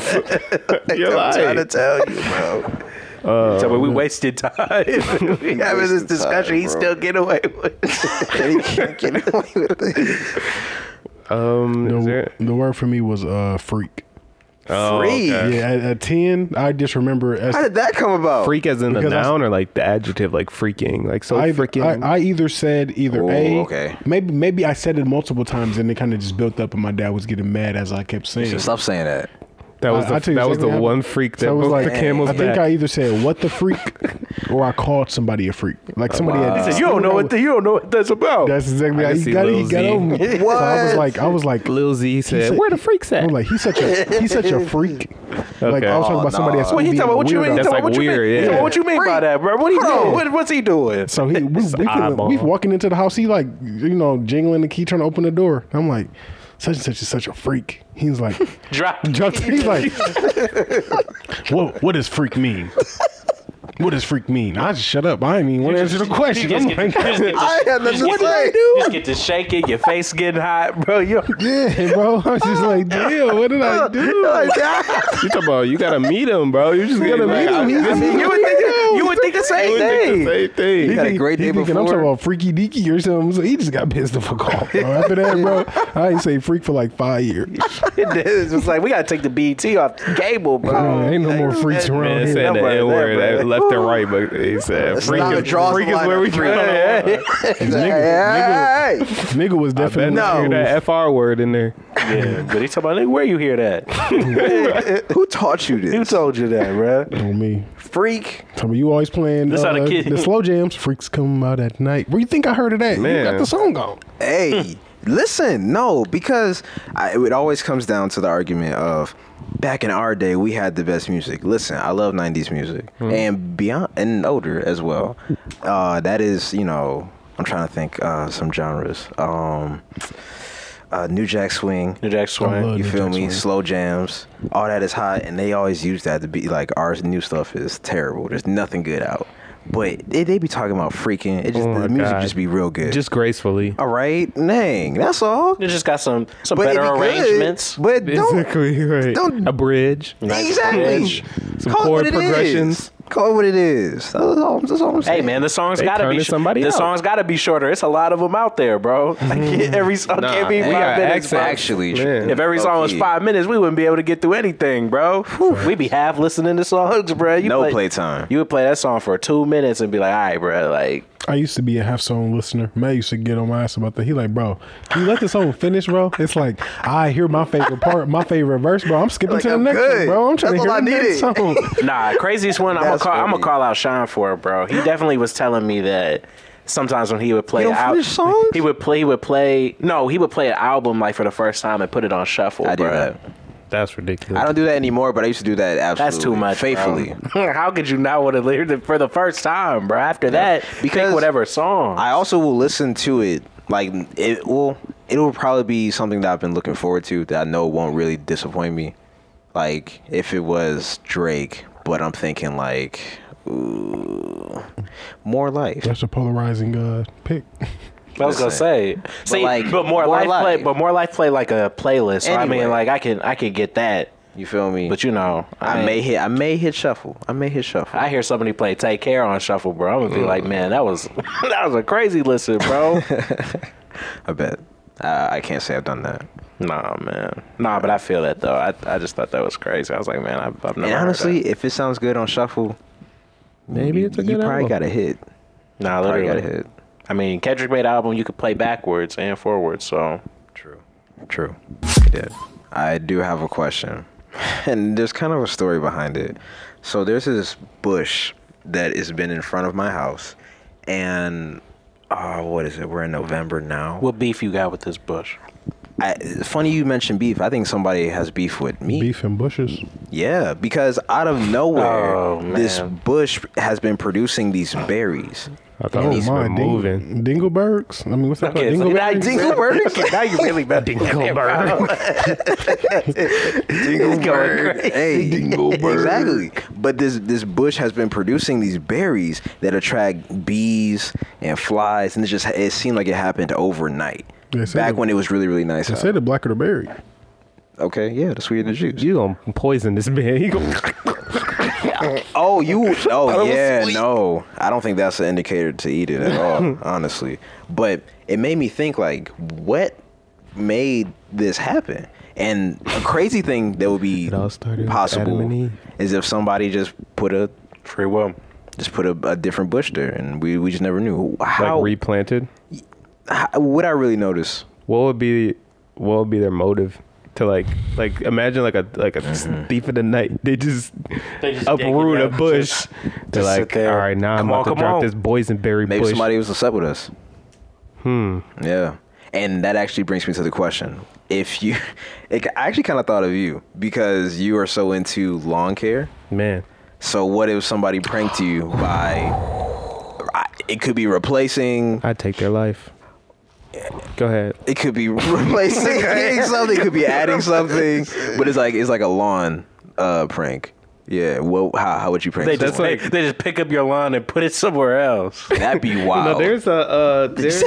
S2: I'm trying to
S4: lying.
S2: tell you, bro.
S3: so, but we wasted time. we having this
S2: wasted
S3: discussion.
S2: time,
S3: He's
S2: bro.
S3: still getting away with. it.
S2: you can't get away with it.
S4: Um, is
S1: The,
S4: there-
S1: the word for me was uh, freak.
S4: Oh,
S2: Freak.
S4: okay.
S1: Yeah, at, at 10, I just remember. As,
S2: How did that come about?
S4: Freak as in the
S1: Because I-
S4: noun or like the adjective, like freaking, like so
S1: I,
S4: freaking.
S1: I, I either said either
S2: Ooh,
S1: A.
S2: okay.
S1: Maybe maybe I said it multiple times and it kind of just built up and my dad was getting mad as I kept saying. it.
S2: Stop saying that.
S4: that was
S1: I- I'll
S4: the,
S1: tell you
S4: that
S1: exactly
S4: was the
S1: what
S4: one
S1: happened.
S4: freak that
S1: So I was
S4: broke
S1: like,
S4: the camel's
S1: I
S4: back.
S1: think I either said "what the freak" or I called somebody a freak. Like
S4: Oh,
S1: somebody had.
S3: He said, "You don't know what the, you don't know what that's about."
S1: That's exactly
S4: I
S1: how
S4: can
S1: he
S4: see
S1: got it.
S4: Lil
S1: He got
S4: Z.
S1: over. it. So I was
S2: What?
S1: like, I was like,
S4: Lil Z said,
S1: said-
S4: "Where the freaks at?"
S1: I'm like he's such a he's such a freak. Like I was talking
S2: Oh,
S1: about somebody
S2: nah.
S1: that's
S3: what he
S1: being
S3: talking about? What you mean?
S1: weird.
S3: He
S4: That's
S3: talking about
S4: like
S3: what you mean?
S4: weird,
S3: He talking
S4: yeah.
S3: about What you mean by that, bro? What he doing? What, what's he doing?
S1: So he we, we, feeling,
S4: eyeball.
S1: we walking into the house. He like you know jingling the key, trying to open the door. I'm like, such and such is such a freak. He's like,
S3: Drop.
S1: jumped. He's like, what what does freak mean? What does freak mean? I just shut up. I didn't even want to answer the question.
S3: You
S1: I'm like,
S3: just get- you just get to-
S2: I had nothing to
S3: you just get
S2: say.
S3: to- you Just get to shaking. Your face getting hot, bro. You don't
S1: yeah, bro. I was just like, damn. What did I do?
S2: Like, ah,
S4: You talking about you gotta meet him, bro. You just gotta
S1: meet him. He's-
S4: I,
S1: I mean,
S3: you would think you would think the same
S4: think
S3: thing.
S4: the same
S2: He
S4: thing.
S2: had a great
S1: he
S2: day
S1: thinking
S2: before.
S1: I'm talking about freaky deaky or something. So he just got pissed the fuck off, bro. After that, bro, I ain't say freak for like five years.
S3: It's just like we gotta take the BT off the cable, bro.
S1: Uh, ain't no more freaks around
S4: Man,
S1: here.
S4: saying the
S3: That
S4: N word
S3: brother, that
S4: left and right, but he said,
S2: That's
S4: "Freak
S2: not a
S4: is,
S2: draws
S4: freak
S2: the
S4: is
S2: line
S4: where
S2: at
S4: we
S2: freak.
S4: draw." the line.
S2: Hey, hey, hey.
S1: Nigga was
S4: Bet
S1: definitely
S2: No.
S4: you that fr word in there.
S3: Yeah, but he talking about like, where you hear that?
S2: Who taught you
S3: Who
S2: this?
S3: told you that, bro?
S1: on me.
S2: Freak.
S1: Tell me, you always playing
S3: This how the
S1: uh,
S3: kid-
S1: the slow jams. Freaks come out at night. Where you think I heard of that? You got
S4: Man.
S1: the song on.
S2: hey, listen, no, because I, it always comes down to the argument of back in our day we had the best music. Listen, I love '90s music and beyond and older as well. Uh, that is, you know, I'm trying to think uh, some genres. Um, uh, New Jack Swing.
S3: New Jack
S1: I love
S3: Swing.
S1: New
S2: You feel
S1: Jack
S2: me?
S1: Swing.
S2: Slow jams, all that is hot, and they always use that to be like our new stuff is terrible. There's nothing good out, but they, they be talking about freaking. It just
S4: Oh my
S2: the music
S4: God.
S2: just be real good.
S4: Just gracefully.
S2: All right, dang, that's all.
S3: You just got some some
S2: But
S3: better
S2: it be good,
S3: arrangements.
S2: but don't
S4: right.
S2: don't-
S4: a bridge.
S2: exactly.
S4: bridge. Some chord progressions.
S2: It is. Call it what it is. That's all, that's all I'm saying.
S3: Hey man, the song's gotta be
S4: turning
S3: sh-
S4: somebody
S3: the
S4: out.
S3: song's gotta be shorter. It's a lot of them out there, bro. Like, every song can't be
S2: we
S3: five
S4: got
S3: minutes. bro.
S4: access.
S2: actually,
S4: Man.
S3: If every song was
S2: low-key.
S3: five minutes, we wouldn't be able to get through anything, bro. Whew, We'd be half listening to songs, bro. You
S2: No playtime.
S3: You would play that song for two minutes and be like, all right, bro. Like,
S1: I used to be a half song listener. Matt used to get on my ass about that. He like, bro, you let the song finish, bro. It's like I hear my favorite part, my favorite verse, bro. I'm skipping
S2: Like,
S1: to the
S2: I'm
S1: next one,
S2: good.
S1: bro. I'm trying
S2: That's all
S1: to hear
S2: I
S1: the next song.
S3: nah, craziest one. I'm gonna
S2: That's
S3: call. I'm gonna
S2: funny.
S3: call out Sean for it, bro. He definitely was telling me that. Sometimes when he would play
S2: You don't
S3: out,
S2: finish songs?
S3: he would play. He would play. No, he would play an album like for the first time and put it on shuffle.
S2: I do
S3: bro.
S2: that.
S4: That's
S2: I
S4: ridiculous.
S2: don't do that anymore, but I used to do that absolutely.
S3: That's too much. bro.
S2: Faithfully.
S3: How could you not want to hear it for the first time, bro? After that, because
S2: Because-
S3: whatever song.
S2: I also will listen to it. Like it will, it will probably be something that I've been looking forward to that I know won't really disappoint me. Like if it was Drake, but I'm thinking like, ooh, more life.
S1: That's a polarizing uh, pick.
S3: I was gonna
S2: Listen.
S3: say, see,
S2: like,
S3: but more,
S2: More
S3: life,
S2: Life.
S3: play, but more life play like a playlist. So I mean,
S2: Anyway.
S3: like I can, I can get that,
S2: You feel me?
S3: but you know,
S2: I,
S3: mean,
S2: may hit, I may hit shuffle. I may hit shuffle.
S3: I hear somebody play "Take Care" on shuffle, bro. I'm gonna be like, man, that was, that was a crazy listen, bro.
S2: I bet. I, I can't say I've done that.
S3: nah, man, nah, but I feel that though. I, I just thought that was crazy. I was like, man, I've, I've never.
S2: And
S3: heard
S2: honestly,
S3: that.
S2: if it sounds good on shuffle,
S4: Maybe
S2: you,
S4: it's a
S2: you
S4: good
S2: probably
S4: album.
S2: got a hit.
S3: nah,
S2: Probably got a
S3: literally.
S2: hit.
S3: I mean, Kendrick made an album you could play backwards and forwards, so
S2: True. True. He did. I do have a question. And there's kind of a story behind it. So there's this bush that has been in front of my house and uh, what is it? We're in November now.
S3: What beef you got with this Bush?
S2: I, funny you mentioned beef. I think somebody has beef with me.
S1: Beef and bushes.
S2: Yeah, because out of nowhere,
S3: Oh,
S2: this
S3: man.
S2: bush has been producing these berries.
S4: I thought it was
S1: my,
S4: been
S1: Ding-
S4: moving.
S1: Dinglebergs. I mean, what's that
S3: Okay, so
S1: called?
S3: now
S1: Dinglebergs.
S2: Dingleberg. now you really about
S4: Dingleberg.
S2: Dingleberg. Hey,
S1: Dingleberg.
S2: Exactly. But this this bush has been producing these berries that attract bees and flies, and it just it seemed like it happened overnight.
S1: They
S2: Back
S1: say the-
S2: when it was really really nice.
S1: I
S2: out.
S1: say the blacker the berry.
S2: Okay, yeah, the sweeter the juice.
S4: You gonna poison this man? You gonna
S2: Oh, you? Oh, yeah. No, I don't think that's an indicator to eat it at all, honestly. But it made me think, like, what made this happen? And a crazy thing that would be
S4: It all started with Adam and
S2: possible
S4: Eve.
S2: is if somebody just put a
S3: Free will.
S2: just put a, a different bush there, and we, we just never knew.
S4: like
S2: How,
S4: replanted?
S2: how would I really notice?
S4: What would be what would be their motive to like like imagine like a like a thief of the night? They just,
S3: They just
S4: uproot
S3: dig it
S4: a
S3: up,
S4: bush.
S3: just-
S4: They're
S3: just
S4: like,
S3: sit there.
S4: all right, now
S3: Come
S4: I'm
S3: on,
S4: about
S3: come
S4: to drop
S3: on."
S4: this boysenberry
S2: Maybe
S4: bush.
S2: somebody was upset with us. Hmm. Yeah. And that actually brings me to the question. If you, it, I actually kind of thought of you because you are so into lawn care.
S4: Man,
S2: So what if somebody pranked you by, I- it could be replacing,
S4: I'd take their life. Go ahead.
S2: it could be replacing something, it could be adding something, but it's like, it's like a lawn uh, prank. Yeah. Well, how, how would you prank
S3: They
S2: someone?
S3: just pick, they just pick up your lawn and put it somewhere else.
S2: That'd be wild.
S4: No, there's a uh, there's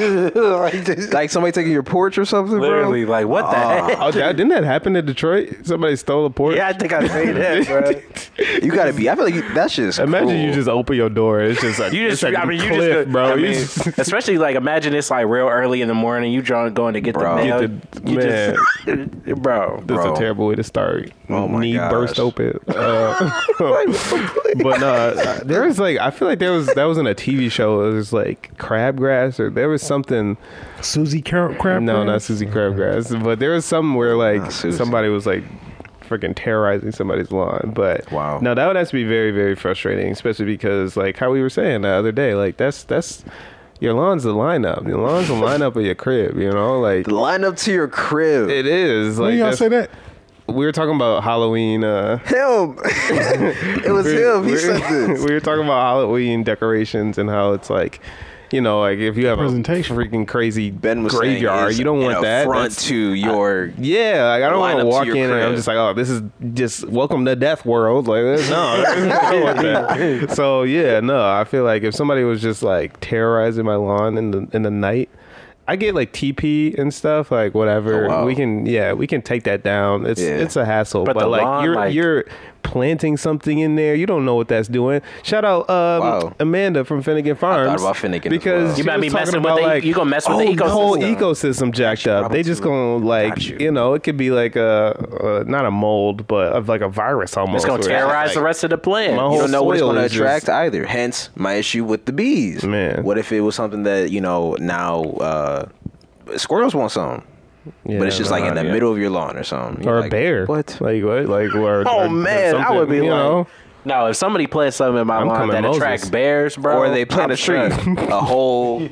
S2: like somebody taking your porch or something, bro?
S3: Literally, like what the heck?
S4: oh, that, didn't that happen in Detroit? Somebody stole a porch.
S3: Yeah, I think I say that, bro.
S2: You gotta be. I feel like you, that's just.
S4: Imagine you
S2: cruel.
S4: just open your door. It's just like
S3: You just,
S4: it's like
S3: I mean,
S4: a
S3: you
S4: cliff,
S3: just, go-
S4: bro.
S3: I
S4: You
S3: mean,
S4: just-
S3: especially like imagine it's like real early in the morning. You drawn going to get
S2: Bro.
S3: the mail.
S4: Get the-
S3: you
S4: man.
S3: just, bro.
S4: That's
S2: Bro.
S4: a terrible way to start.
S2: Oh my
S4: Knee
S2: gosh.
S4: burst open. Uh, but no, uh, there was like I feel like there was that was in a TV show. It was like crabgrass or there was something.
S1: Susie Car- Crab.
S4: No, not Susie Crabgrass, but there was some where like
S2: Not Susie.
S4: somebody was like freaking terrorizing somebody's lawn. But
S2: Wow.
S4: no, that would have to be very very frustrating, especially because like how we were saying the other day, like that's that's. Your lawn's the lineup. Your lawn's the lineup of your crib. You know, like
S2: line up to your crib.
S4: it is. Like Mm,
S1: When y'all
S4: that's-
S1: say that?
S4: we were talking about Halloween. Uh,
S2: him. it was him. He
S4: we're-
S2: said this.
S4: we were talking about Halloween decorations and how it's like, you know, like if you have
S1: presentation.
S4: a freaking crazy
S2: Ben was saying
S4: graveyard,
S2: it's
S4: you don't
S2: an
S4: want that.
S2: affront
S4: That's-
S2: to your.
S4: yeah, like I don't
S2: Line up
S4: want
S2: to
S4: to walk
S2: your
S4: in and I'm
S2: crib.
S4: just like, oh, this is just welcome to death world. Like, this- no, I don't want that. so yeah, no, I feel like if somebody was just like terrorizing my lawn in the in the night. I get like TP and stuff, like whatever.
S2: Oh, wow.
S4: We can, yeah, we can take that down. It's
S2: Yeah.
S4: it's a hassle, but,
S3: But the
S4: like
S3: lawn,
S4: you're
S3: like-
S4: you're planting something in there. You don't know what that's doing. Shout out um,
S2: Wow.
S4: Amanda from Finnegan Farms
S2: about Finnegan as
S4: because
S2: well.
S4: she
S3: You might
S4: was
S3: be
S4: talking
S3: messing with
S4: about
S3: the-
S4: like
S3: you gonna mess with
S4: oh,
S3: the
S4: whole
S3: ecosystem.
S4: ecosystem jacked up. They
S2: problem
S4: just
S2: too.
S4: gonna like
S2: Got you.
S4: you. know it could be like a, a not a mold but of like a virus
S3: It's
S4: almost.
S3: gonna
S4: where
S3: terrorize
S4: like-
S3: the rest of the plant.
S4: My
S2: You
S4: whole
S2: don't know what it's
S4: soil
S2: going to
S4: is just-
S2: attract either. Hence my issue with the bees.
S4: Man.
S2: what if it was something that you know now uh, squirrels want some,
S4: Yeah,
S2: but it's just like in
S4: nah,
S2: the
S4: yeah.
S2: middle of your lawn or something. You're
S4: or a
S2: like,
S4: bear.
S2: What?
S4: Like what? Like or,
S2: Oh,
S4: or
S2: man, I
S4: something,
S2: would be
S4: you
S2: like-
S4: know?
S3: No, if somebody plants something in my
S4: I'm
S3: lawn
S4: coming
S3: that
S4: Moses.
S3: attracts bears, bro,
S2: or they plant
S3: I'm
S2: a tree,
S3: done.
S2: a whole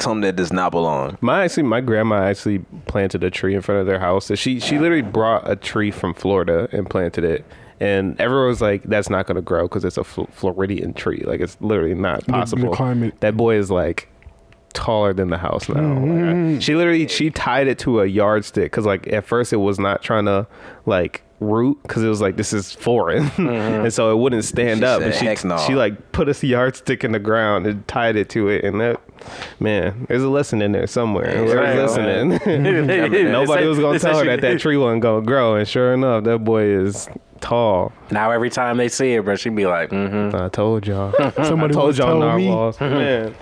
S2: something that does not belong.
S4: My actually, my grandma actually planted a tree in front of their house. So She she literally brought a tree from Florida and planted it, and everyone was like, "That's not going to grow because it's a Fl- Floridian tree. Like it's literally not possible."
S1: climate.
S4: That boy is like taller than the house now. Like, I- she literally she tied it to a yardstick because like at first it was not trying to like root because it was like this is foreign and so it wouldn't
S2: Mm-hmm.
S4: stand
S2: She
S4: up
S2: said,
S4: and she
S2: "Heck no."
S4: she like put a yardstick in the ground and tied it to it and that man there's a lesson in there somewhere Whoever's
S3: right,
S4: listening nobody was gonna
S3: It's
S4: tell her that
S3: actually-
S4: that tree wasn't gonna grow and sure enough that boy is tall
S3: Now every time they see it, bro, she'd be like, mm-hmm.
S4: I told y'all.
S1: Somebody
S4: I told
S1: once
S4: y'all
S1: told
S4: not
S1: me.
S4: lost. Man.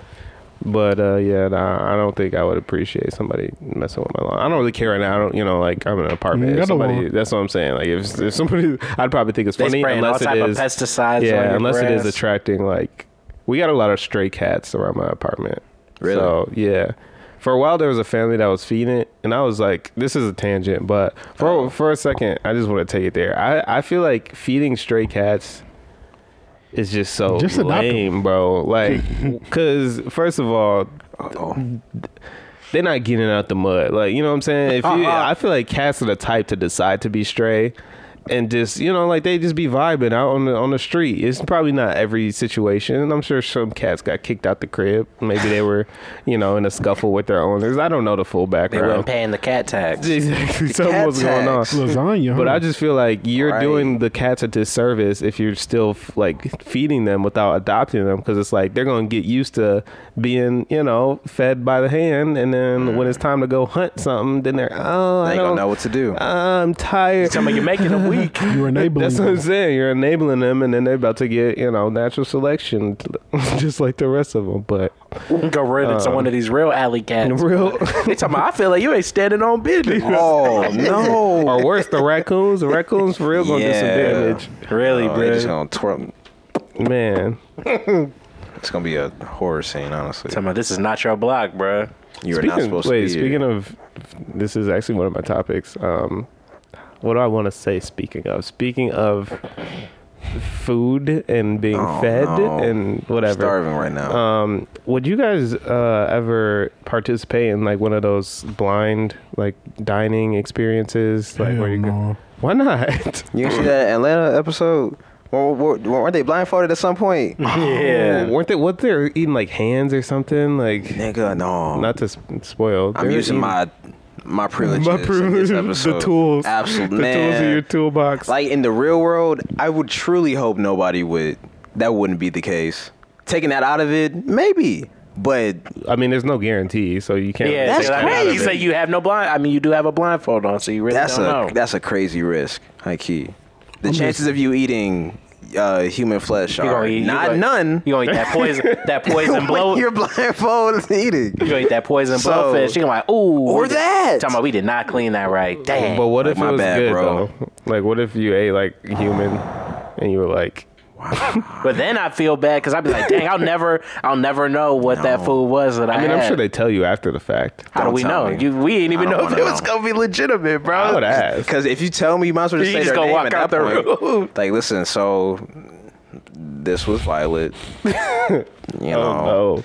S4: But uh, yeah, nah, I don't think I would appreciate somebody messing with my lawn. I don't really care right now. I don't, you know, like I'm in an
S1: Mm,
S4: apartment. If
S1: got a
S4: somebody,
S1: lawn.
S4: that's what I'm saying. Like if, if somebody, I'd probably think it's
S3: They
S4: funny
S3: spraying all
S4: unless it
S3: type of
S4: is
S3: pesticides on
S4: Yeah,
S3: your
S4: unless it is
S3: grass.
S4: attracting like we got a lot of stray cats around my apartment.
S2: Really?
S4: So yeah. For a while, there was a family that was feeding it, and I was like, "This is a tangent," but for for a second, I just want to take it there. I I feel like feeding stray cats is just so
S1: Just adopt 'em.
S4: lame, bro. Like, because first of all, they're not getting out the mud. Like, you know what I'm saying? If you,
S2: Uh-huh.
S4: I feel like cats are the type to decide to be stray. And just you know, like they just be vibing out on the on the street. It's probably not every situation, and I'm sure some cats got kicked out the crib. Maybe they were, you know, in a scuffle with their owners. I don't know the full
S3: They
S4: background.
S3: weren't paying the cat tax.
S4: Exactly. Something
S2: cat
S4: was going on.
S2: tax.
S1: Lasagna.
S4: But
S1: huh?
S4: I just feel like you're
S2: Right.
S4: doing the cats a disservice if you're still f- like feeding them without adopting them because it's like they're going to get used to being, you know, fed by the hand. And then when it's time to go hunt something, then they're, oh, I
S2: Mm. They
S4: don't
S2: gonna know what to do.
S4: I'm tired.
S3: Tell me you're making them weak.
S1: you're enabling.
S4: That's what I'm
S1: them.
S4: saying. You're enabling them, and then they're about to get, you know, natural selection, just like the rest of them. But
S3: Go run into one of these real alley cats.
S4: Uh, real,
S3: They talking about, I feel like you ain't standing on business.
S2: Oh no!
S4: or worse, the raccoons. The raccoons for real gonna do some
S2: Yeah.
S4: damage.
S3: Really,
S2: Oh,
S3: bro.
S2: they just gonna twirl.
S4: Man,
S2: It's gonna be a horror scene, honestly.
S3: Talking about, this is not your block, bro.
S2: You are
S4: speaking,
S2: not supposed
S4: wait,
S2: to be.
S4: speaking of, this is actually one of my topics. Um, what do I want to say? Speaking of, speaking of food and being
S2: Oh,
S4: fed
S2: no.
S4: and whatever.
S2: starving right now.
S4: Um, would you guys uh, ever participate in like one of those blind like dining experiences? Like
S1: Hell
S4: where you go?
S1: no.
S4: Why not?
S2: you see that Atlanta episode? Were, were, weren't they blindfolded at some point?
S3: Yeah.
S4: Weren't they? What they're eating like hands or something? Like
S2: Nigga, no.
S4: not to sp- spoil.
S2: I'm
S4: they're
S2: using
S4: eating-
S2: my my privileges.
S4: my
S2: in this
S4: privilege, the
S2: episode.
S4: tools,
S2: Absolutely,
S4: the tools in your toolbox.
S2: Like in the real world, I would truly hope nobody would. That wouldn't be the case. Taking that out of it, maybe. But
S4: I mean, there's no guarantee, so you can't.
S3: Yeah,
S2: That's
S3: so like,
S2: crazy.
S3: You say you have no blind. I mean, you do have a blindfold on, so you really
S2: that's a
S3: don't know.
S2: that's a crazy risk, high key. The chances of you eating uh, human flesh
S3: You
S2: are
S3: gonna eat- you
S2: not
S3: gonna-
S2: none.
S3: You gonna eat that poison? that poison blow.
S2: You're
S3: You
S2: blindfolded eating.
S3: gonna eat that poison
S2: So-
S3: blowfish? You gonna like, ooh,
S2: Or
S3: we did-
S2: that.
S3: Talking about, we did not clean that right. Dang.
S4: But what
S2: Like,
S4: if
S2: my
S4: it was
S2: bad,
S4: good
S2: bro.
S4: though? Like, what if you ate like human, and you were like,
S3: But then I feel bad because I'd be like, dang, I'll never, I'll never know what that food was that I.
S4: I mean, I'm
S3: had.
S4: sure they tell you after the fact.
S3: How do
S2: Don't
S3: we
S2: tell
S3: know?
S2: me.
S3: You, we didn't even
S2: I
S3: know
S2: don't
S3: if it
S2: wanna
S3: was
S2: know.
S3: gonna be legitimate, bro.
S4: I would ask.
S2: Because if you tell me, you might as well just
S3: You
S2: say
S3: just
S2: their
S3: gonna
S2: name
S3: walk
S2: at
S3: out
S2: that
S3: the
S2: point.
S3: room.
S2: Like, listen, so this was Violet. you know,
S4: Oh,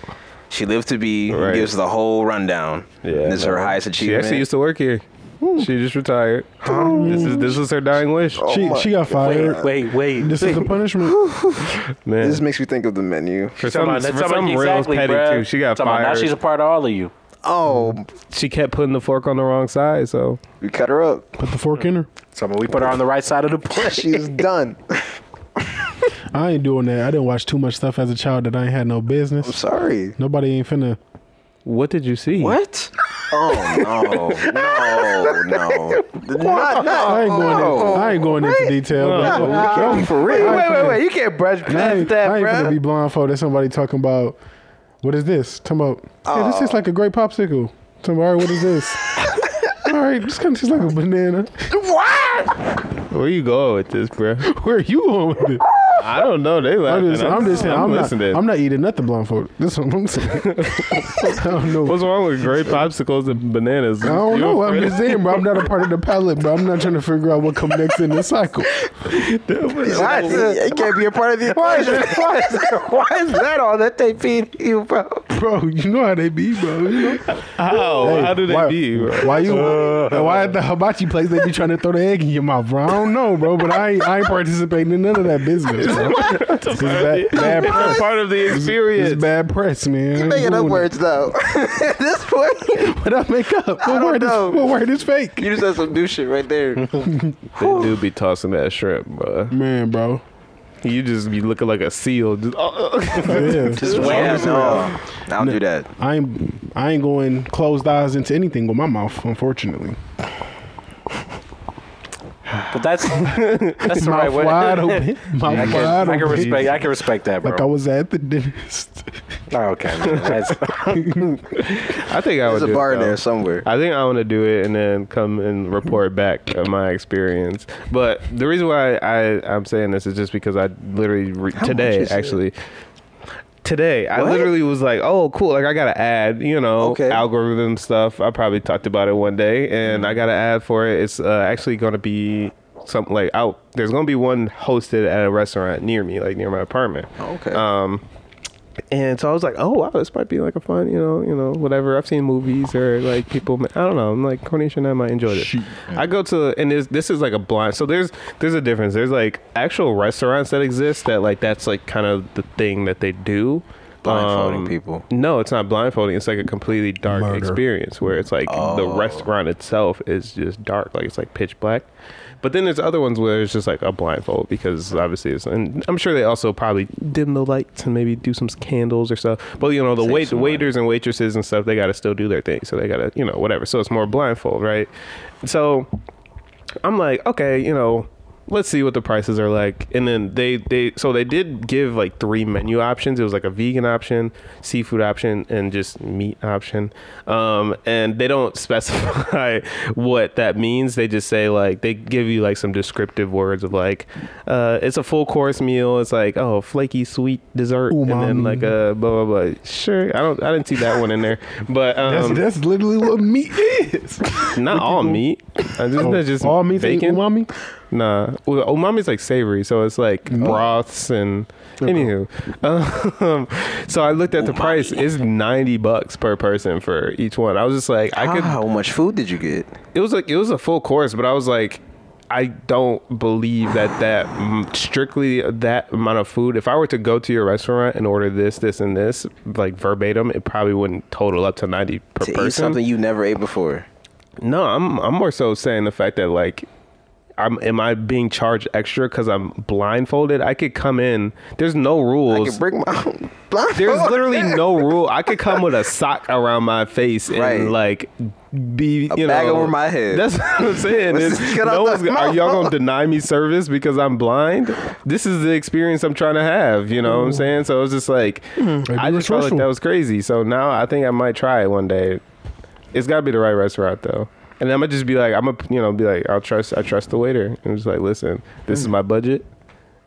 S2: she lived to be.
S4: Right.
S2: Gives the whole rundown.
S4: yeah.
S2: and this is her
S4: no.
S2: highest
S4: She
S2: achievement.
S4: actually used to work here. She just retired. This is this was her dying wish.
S1: She she got fired.
S3: Oh, Wait, wait.
S1: This is the punishment.
S4: Man,
S2: this makes me think of the menu.
S4: for some,
S3: Talking
S4: for
S3: about-
S4: some
S3: talking about-
S4: real
S3: exactly,
S4: petty
S3: bruh.
S4: too. She got
S3: Talking about,
S4: fired.
S3: Now she's a part of all of you.
S2: Oh,
S4: she kept putting the fork on the wrong side. So
S2: we cut her up.
S1: Put the fork in her.
S3: So we put her on the right side of the plate.
S2: She's done.
S1: I ain't doing that. I didn't watch too much stuff as a child that I ain't had no business.
S2: Sorry.
S1: Nobody ain't finna.
S4: what did you see?
S2: What? Oh no! No! No! Not, Oh,
S1: I ain't going.
S3: Oh.
S2: no.
S1: in, I ain't going into detail.
S4: No.
S1: bro.
S2: No, for real. Wait, wait, wait! You can't brush
S1: I ain't,
S2: past that,
S1: I ain't
S2: bruh.
S1: finna be blindfolded. Somebody talking about what is this? Talking about hey, this
S3: Oh.
S1: tastes like a great popsicle. Talking about all right, what is this? all right, this kind of tastes like a banana.
S4: Where you going with this, bro?
S1: Where are you going with it?
S4: I don't know. They laughing.
S1: I'm just, I'm just saying. I'm, not.
S4: listening.
S1: I'm not eating nothing blindfolded. That's what I'm saying. I don't know.
S4: What's wrong with grape popsicles and bananas?
S1: I don't know. I'm just saying, bro. I'm not a part of the palette, bro. I'm not trying to figure out what comes next in the cycle.
S2: Why is it, it can't be a part of the equation. why, is that, why is that all that they feed you, bro?
S1: Bro, you know how they be, bro. You know?
S4: How?
S1: Hey,
S4: How do they
S1: why,
S4: be? Bro?
S1: Why you? why at the hibachi place they be trying to throw the egg in your mouth, bro? I don't know, bro. But I ain't, I ain't participating in none of that business. Bro. It's bad, bad press.
S4: part of the experience.
S1: It's bad press, man. You
S2: Making up words though. At this point,
S1: What I make up? What
S2: don't
S1: word is
S2: know.
S1: what word is fake?
S2: you just said some new shit right there.
S4: They do be tossing that shrimp, bro.
S1: Man, bro.
S4: You just be looking like a seal. Just, oh,
S1: Yeah.
S2: Yeah, no, I'll do that.
S1: I ain't I ain't going closed eyes into anything with my mouth, unfortunately.
S3: But that's that's the right
S1: Mouth
S3: way.
S1: wide open. Mouth
S3: I can,
S1: wide
S3: I can
S1: open.
S3: respect. I can respect that, bro.
S1: Like I was at the dentist.
S3: Oh, okay, man. That's,
S4: I think I would.
S2: There's a
S4: do
S2: bar
S4: it,
S2: in
S4: though.
S2: there somewhere.
S4: I think I want to do it and then come and report back of my experience. But the reason why I, I'm saying this is just because I literally re- today
S2: is it?
S4: actually. Today, I
S2: What?
S4: literally was like, "Oh, cool! Like, I got to ad, you know,
S2: Okay.
S4: algorithm stuff." I probably talked about it one day, and I got to ad for it. It's uh, actually going to be some like out. There's gonna be one hosted at a restaurant near me, like near my apartment.
S2: Okay.
S4: Um, and so I was like, oh wow, this might be like a fun, you know, you know, whatever. I've seen movies or like people, I don't know. I'm like Cornisha and I might enjoy this.
S1: Shoot.
S4: I go to and this this is like a blind. So there's there's a difference. There's like actual restaurants that exist that like that's like kind of the thing that they do.
S2: Blindfolding
S4: Um,
S2: people.
S4: No, it's not blindfolding. It's like a completely dark
S1: Murder.
S4: experience where it's like the
S2: Oh.
S4: restaurant itself is just dark, like it's like pitch black. But then there's other ones where it's just like a blindfold because obviously it's, and I'm sure they also probably dim the lights and maybe do some candles or stuff. But you know the
S2: Save
S4: wait
S2: some
S4: waiters and waitresses and stuff they got to still do their thing, so they got to you know whatever. So it's more blindfold, right? So I'm like, okay, you know, let's see what the prices are like. And then they they so they did give like three menu options. It was like a vegan option, seafood option, and just meat option. Um, and they don't specify what that means. They just say like they give you like some descriptive words of like, uh, it's a full course meal. It's like oh flaky sweet dessert, and then
S1: Umami.
S4: like a blah blah blah. Sure, I don't I didn't see that one in there, but um,
S1: That's, that's literally what meat is.
S4: not all meat. I just, that's just
S1: Oh, All meat
S4: bacon.
S1: umami.
S4: Nah, well, umami's like savory, so it's like
S2: Mm-hmm.
S4: broths and anywho. Um, so I
S2: Oh,
S4: looked at the price; it's ninety bucks per person for each one. I was just like, I could.
S2: How much food did you get?
S4: It was like it was a full course, but I was like, I don't believe that that mm, strictly that amount of food. If I were to go to your restaurant and order this, this, and this, like verbatim, it probably wouldn't total up to ninety per
S2: To
S4: person.
S2: eat something you never ate before.
S4: No, I'm I'm more so saying the fact that like I'm am I being charged extra because I'm blindfolded? I could come in. There's no
S2: I
S4: rules.
S2: can bring my own blindfold.
S4: There's literally no rule. I could come with a sock around my face and
S2: Right.
S4: like be you know
S2: bag over my head.
S4: That's what I'm saying.
S2: Let's
S4: It's-
S2: get
S4: no
S2: out
S4: one's
S2: the-
S4: gonna- are y'all gonna deny me service because I'm blind? This is the experience I'm trying to have. You know what I'm saying? So it's just like I
S1: Maybe
S4: just felt like
S1: resourceful.
S4: that was crazy. So now I think I might try it one day. It's gotta be the right restaurant though. And I'm gonna just be like, I'm gonna, you know, be like, I'll trust, I trust the waiter. And just like, listen, this
S2: Mm.
S4: is my budget.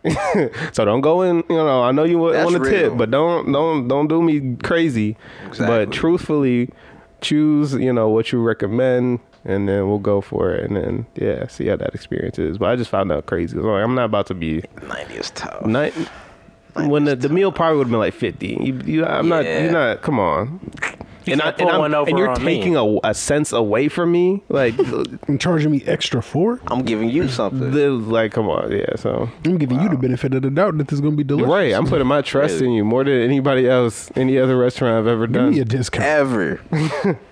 S4: so don't go in, you know, I know you want
S2: That's
S4: to
S2: real.
S4: tip, but don't, don't, don't do me crazy.
S2: Exactly.
S4: But truthfully, choose, you know, what you recommend and then we'll go for it. And then, yeah, see how that experience is. But I just found out crazy. I was like, I'm not about to be
S2: ninety is tough.
S4: night. When the, the meal probably would have been like fifty. You, you, I'm not.
S2: Yeah.
S4: You're not. Come on. and,
S3: can't pull
S4: I'm-
S3: one over
S4: and you're
S3: on me.
S4: taking a, a sense away from me. Like
S1: And charging me extra for it.
S2: I'm giving you something.
S4: the like. Come on. Yeah. So
S1: I'm giving you the benefit of the doubt that this is gonna be delicious.
S4: right. I'm putting my trust in you more than anybody else, any other restaurant I've ever
S1: Give
S4: done.
S1: me a discount.
S2: Ever.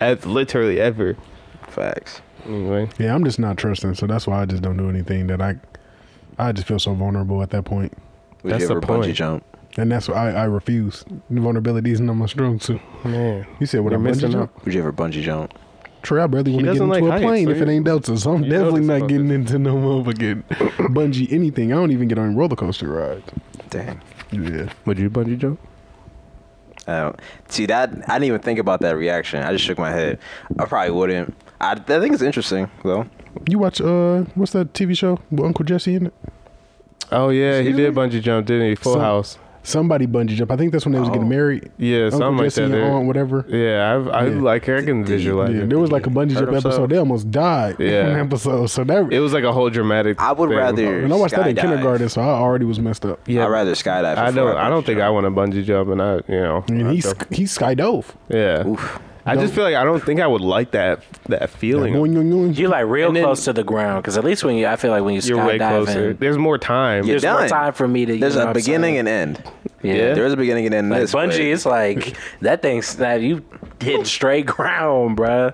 S4: At literally ever.
S2: Facts.
S4: Anyway.
S1: Yeah, I'm just not trusting, so that's why I just don't do anything that I. I just feel so vulnerable at that point,
S2: Would
S4: That's
S2: you
S4: the
S2: ever bungee
S4: point.
S2: jump?
S1: and that's why I, I refuse. Vulnerability is not my strong suit.
S4: Man.
S1: You said what
S4: You're
S1: I'm
S4: missing
S1: missing
S4: out.
S1: out.
S2: Would you ever bungee jump?
S1: Trey, I barely want to get
S4: doesn't
S1: into
S4: like
S1: a
S4: heights,
S1: plane if it
S4: seriously.
S1: ain't Delta, so I'm
S4: You
S1: definitely
S4: noticed
S1: not
S4: about
S1: getting into no motherfucking bungee anything. I don't even get on roller coaster rides.
S2: Dang.
S1: Yeah,
S4: Would you bungee jump?
S2: I don't- see that I didn't even think about that reaction. I just shook my head. I probably wouldn't. I, I think it's interesting though.
S1: you watch uh, what's that TV show with Uncle Jesse in it?
S4: Oh yeah, he
S1: Excuse
S4: did bungee jump, didn't he? Full
S1: Some-
S4: House.
S1: Somebody bungee jump. I think that's when they was
S2: Oh.
S1: getting married.
S4: Yeah, something
S1: Uncle
S4: like
S1: Jesse
S4: that.
S1: and
S4: there.
S1: Aunt whatever.
S4: Yeah, I've, I
S1: Yeah.
S4: like I can visualize
S1: Yeah,
S4: it.
S1: there was like a bungee
S2: Hurt
S1: jump
S2: himself?
S1: episode. They almost died.
S4: Yeah.
S1: in an episode. So that
S4: It was like a whole dramatic.
S2: I would
S4: thing.
S2: rather-
S1: And I watched that in
S2: skydive.
S1: kindergarten, so I already was messed up.
S4: Yeah,
S2: I'd rather skydive.
S4: I
S2: before
S4: don't. I don't
S2: bungee
S4: think I
S2: jump.
S4: want to bungee jump, and I, you know,
S1: I mean,
S4: I
S1: he's
S4: don't-
S1: he's skydove.
S4: yeah.
S2: Oof.
S4: I just feel like I don't think I would like that that feeling.
S1: Boing, boing, boing.
S3: You're like real
S4: And then-
S3: close to the ground because at least when you, I feel like when you
S4: You're way closer.
S3: skydiving,
S4: There's more time.
S2: Yeah.
S3: there's more
S2: Done.
S3: time for me to. you
S2: There's
S3: know
S2: a
S3: what I'm
S2: beginning
S3: saying?
S2: and end.
S4: Yeah.
S2: There's a beginning and end. in
S3: Like
S2: this, but-
S3: bungee, it's like that thing's that you hit straight ground, bruh.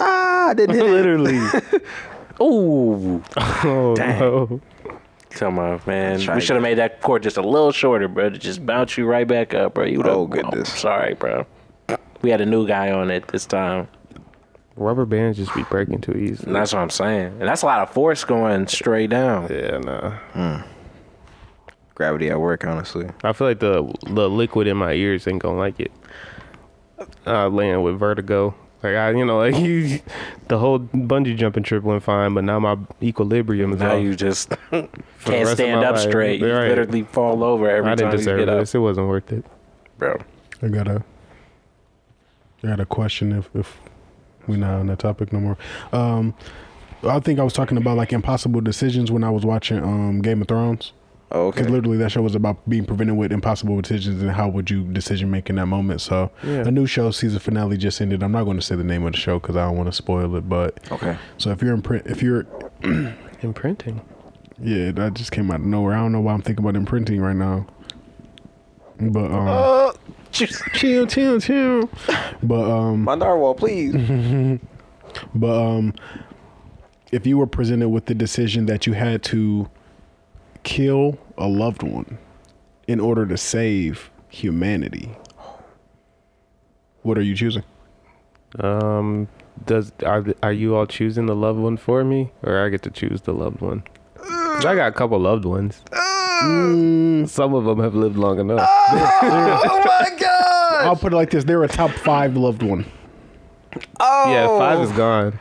S2: Ah, I didn't hit it.
S3: Literally. Ooh.
S4: Oh,
S3: Dang.
S4: no.
S3: Come on, man.
S2: Try
S3: We should have made that cord just a little shorter, bro. To just bounce you right back up, bro. You would've-
S2: Oh, goodness.
S3: sorry, bro. We had a new guy on it this time.
S4: Rubber bands just be breaking too easy.
S3: And that's what I'm saying. And that's a lot of force going straight down.
S4: Yeah, nah.
S2: Gravity at work, honestly.
S4: I feel like the the liquid in my ears ain't gonna like it. Uh, laying with vertigo. Like I, you know, like you, the whole bungee jumping trip went fine, but now my equilibrium is
S3: Now
S4: off.
S3: you just
S4: the
S3: can't
S4: rest of
S3: stand
S4: my
S3: up
S4: life.
S3: straight. You
S4: Right.
S3: literally fall over every
S4: I didn't
S3: time you
S4: deserve
S3: get up,
S4: this. It wasn't worth it.
S3: bro.
S1: I got a I got a question if if we're not on that topic no more. Um I think I was talking about like impossible decisions when I was watching um, Game of Thrones.
S2: Okay.
S1: Because literally, that show was about being prevented with impossible decisions and how would you decision make in that moment. So,
S4: Yeah.
S1: a new show season finale just ended. I'm not going to say the name of the show because I don't want to spoil it. But
S2: Okay.
S1: so if you're in print, if you're
S4: Imprinting.
S1: yeah, that just came out of nowhere. I don't know why I'm thinking about imprinting right now. But um,
S2: Oh,
S1: chill, chill, chill. But um,
S2: My narwhal, please.
S1: But um, if you were presented with the decision that you had to kill a loved one in order to save humanity, what are you choosing?
S4: Um, does are are you all choosing the loved one for me, or I get to choose the loved one? 'Cause I got a couple loved ones.
S1: Mm.
S4: Some of them have lived long enough.
S2: oh my god!
S1: I'll put it like this: they're a top five loved one.
S2: Oh.
S4: Yeah, five
S1: Oh.
S4: is gone.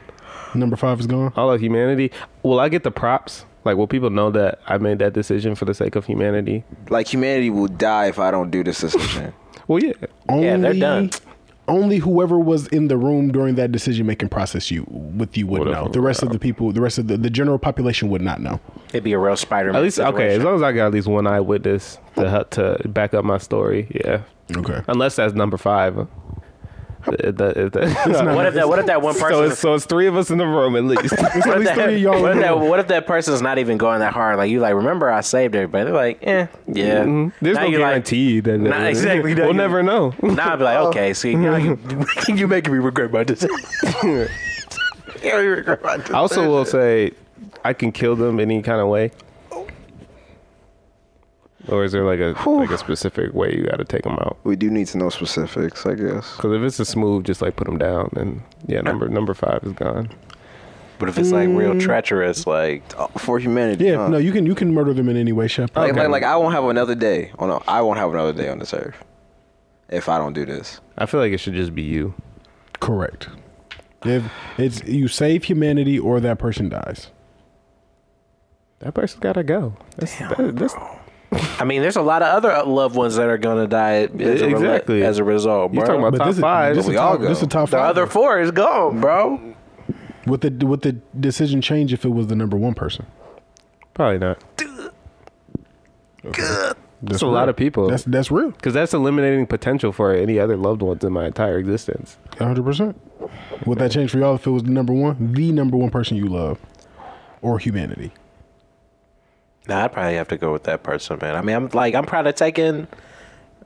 S1: Number five is gone.
S4: All of humanity. Will I get the props? Like, will people know that I made that decision for the sake of humanity?
S2: Like humanity will die if I don't do this decision.
S4: Well, yeah.
S1: Only,
S3: Yeah, they're done.
S1: Only whoever was in the room during that decision-making process, you with you would
S4: What if
S1: know.
S4: I'm
S1: The rest of the people, the rest of the, the general population would not know.
S3: It'd be a real Spider-Man.
S4: At least okay. As
S3: situation.
S4: long as I got at least one eyewitness to help to back up my story. Yeah.
S1: Okay.
S3: Uh,
S4: Unless that's number five. Uh, that- uh, that-
S3: What if that? What if that one person?
S4: so, it's, so it's three of us in the room at least.
S1: at
S3: what, if
S1: least
S3: that,
S1: three of y'all
S3: what,
S1: in
S3: if
S1: the
S3: that,
S1: room.
S3: what if that person's not even going that hard? Like you, like remember I saved everybody. They're like, eh, yeah.
S4: Mm-hmm. There's
S3: Now
S4: no
S3: you're like-
S4: guarantee Oh. that
S3: Nah, exactly, no,
S4: we'll
S3: you-
S4: never know.
S3: Now I'd be like, okay, see, now you, you making me regret my decision. You already regret my decision.
S4: I also will say, I can kill them any kind of way. Or is there like a like a specific way you got to take them out?
S2: we do need to know specifics, I guess.
S4: Because if it's a smooth, just like put them down, and yeah, number number five is gone.
S3: But if it's like
S4: Mm-hmm.
S3: real treacherous, like
S2: Oh, For humanity.
S1: Yeah.
S2: huh?
S1: No, you can you can murder them in any way, Shep.
S2: Like,
S4: Okay.
S2: like, like I won't have another day. Oh no, I won't have another day on this earth if I don't do this.
S4: I feel like it should just be you.
S1: Correct. If it's you save humanity or that person dies.
S4: That person gotta go. That's, that, that's
S3: I mean, there's a lot of other loved ones that are gonna die as a, rela-
S4: Exactly.
S3: as a result, bro.
S4: You're talking about top
S1: this is-
S4: five.
S1: This is,
S2: We all
S1: top,
S2: go.
S1: this is top
S3: the
S1: five.
S3: other four is gone, bro.
S1: Would the would the decision change if it was the number one person?
S4: Probably not.
S1: That's
S4: a lot
S1: real.
S4: of
S3: Oh.
S4: people.
S1: That's that's real.
S4: Because that's eliminating potential for any other loved ones in my entire existence.
S1: One hundred percent. Would that change for y'all if it was the number one, the number one person you love, or humanity?
S3: Nah, I'd probably have to go with that person, man. I mean, I'm like, I'm probably taking,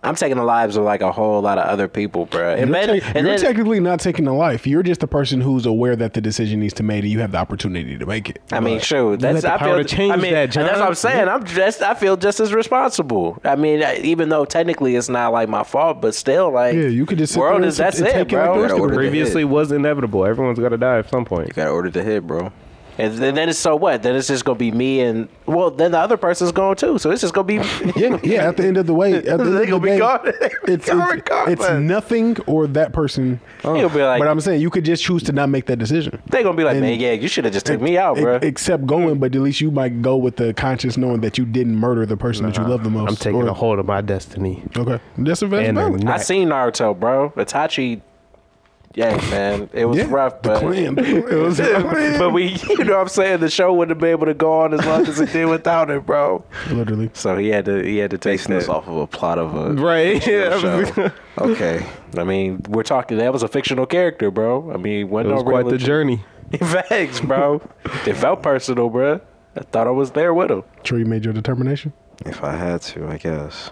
S3: I'm taking the lives of like a whole lot of other people, bro. And
S1: You're,
S3: then,
S1: tec-
S3: and
S1: you're
S3: then,
S1: technically not taking a life. You're just the person who's aware that the decision needs to be made, and you have the opportunity to make it.
S3: I mean,
S1: But
S3: sure. That's
S4: the
S3: I
S4: power
S3: feel.
S4: to change
S3: I mean,
S4: that,
S3: and that's what
S4: John.
S3: I'm saying. I'm just. I feel just as responsible. I mean, I- even though technically it's not like my fault, but still, like,
S1: Yeah, you could just sit
S3: world
S1: there and
S3: is
S1: t-
S3: that's
S1: and
S3: it,
S1: take it like the
S3: bro.
S1: rest of
S2: Order the
S4: Previously
S2: hit.
S4: was inevitable. Everyone's gotta die at some point.
S2: You gotta order the hit, bro.
S3: And then, then it's so what? Then it's just gonna be me and well, then the other person's gone too. So it's just gonna be
S1: Yeah, yeah. At the end of the way, at the end of
S3: They
S1: the
S3: gonna be
S1: day,
S3: gone. They
S1: It's,
S3: gone
S1: it's,
S3: regardless.
S1: it's nothing or that person.
S3: He'll Oh. be like-
S1: Oh, but I'm saying you could just choose to not make that decision.
S3: they're gonna be like,
S1: And-
S3: man, yeah, you should have just took me out,
S1: E-
S3: bro.
S1: Except going, but at least you might go with the conscious knowing that you didn't murder the person that you love the most.
S4: I'm taking
S1: or-
S4: a hold of my destiny.
S1: Okay, that's a that's
S4: And
S1: valid.
S4: a-
S3: I seen Naruto, bro. Itachi. Yeah, man, it was
S1: Yeah,
S3: rough,
S1: the
S3: but.
S1: clan. It was
S3: but we, you know what I'm saying? The show wouldn't have been able to go on as long as it did without it, bro.
S1: literally.
S3: So he had to he had to take
S2: Basing this
S3: that.
S2: off of a plot of a
S4: Right. Yeah.
S2: show. okay.
S3: I mean, we're talking that was a fictional character, bro. I mean,
S4: It
S3: wasn't
S4: was
S3: no
S4: quite the
S3: real-
S4: journey.
S3: Facts, bro. it felt personal, bro. I thought I was there with him.
S1: Sure, you made your determination.
S2: If I had to, I guess.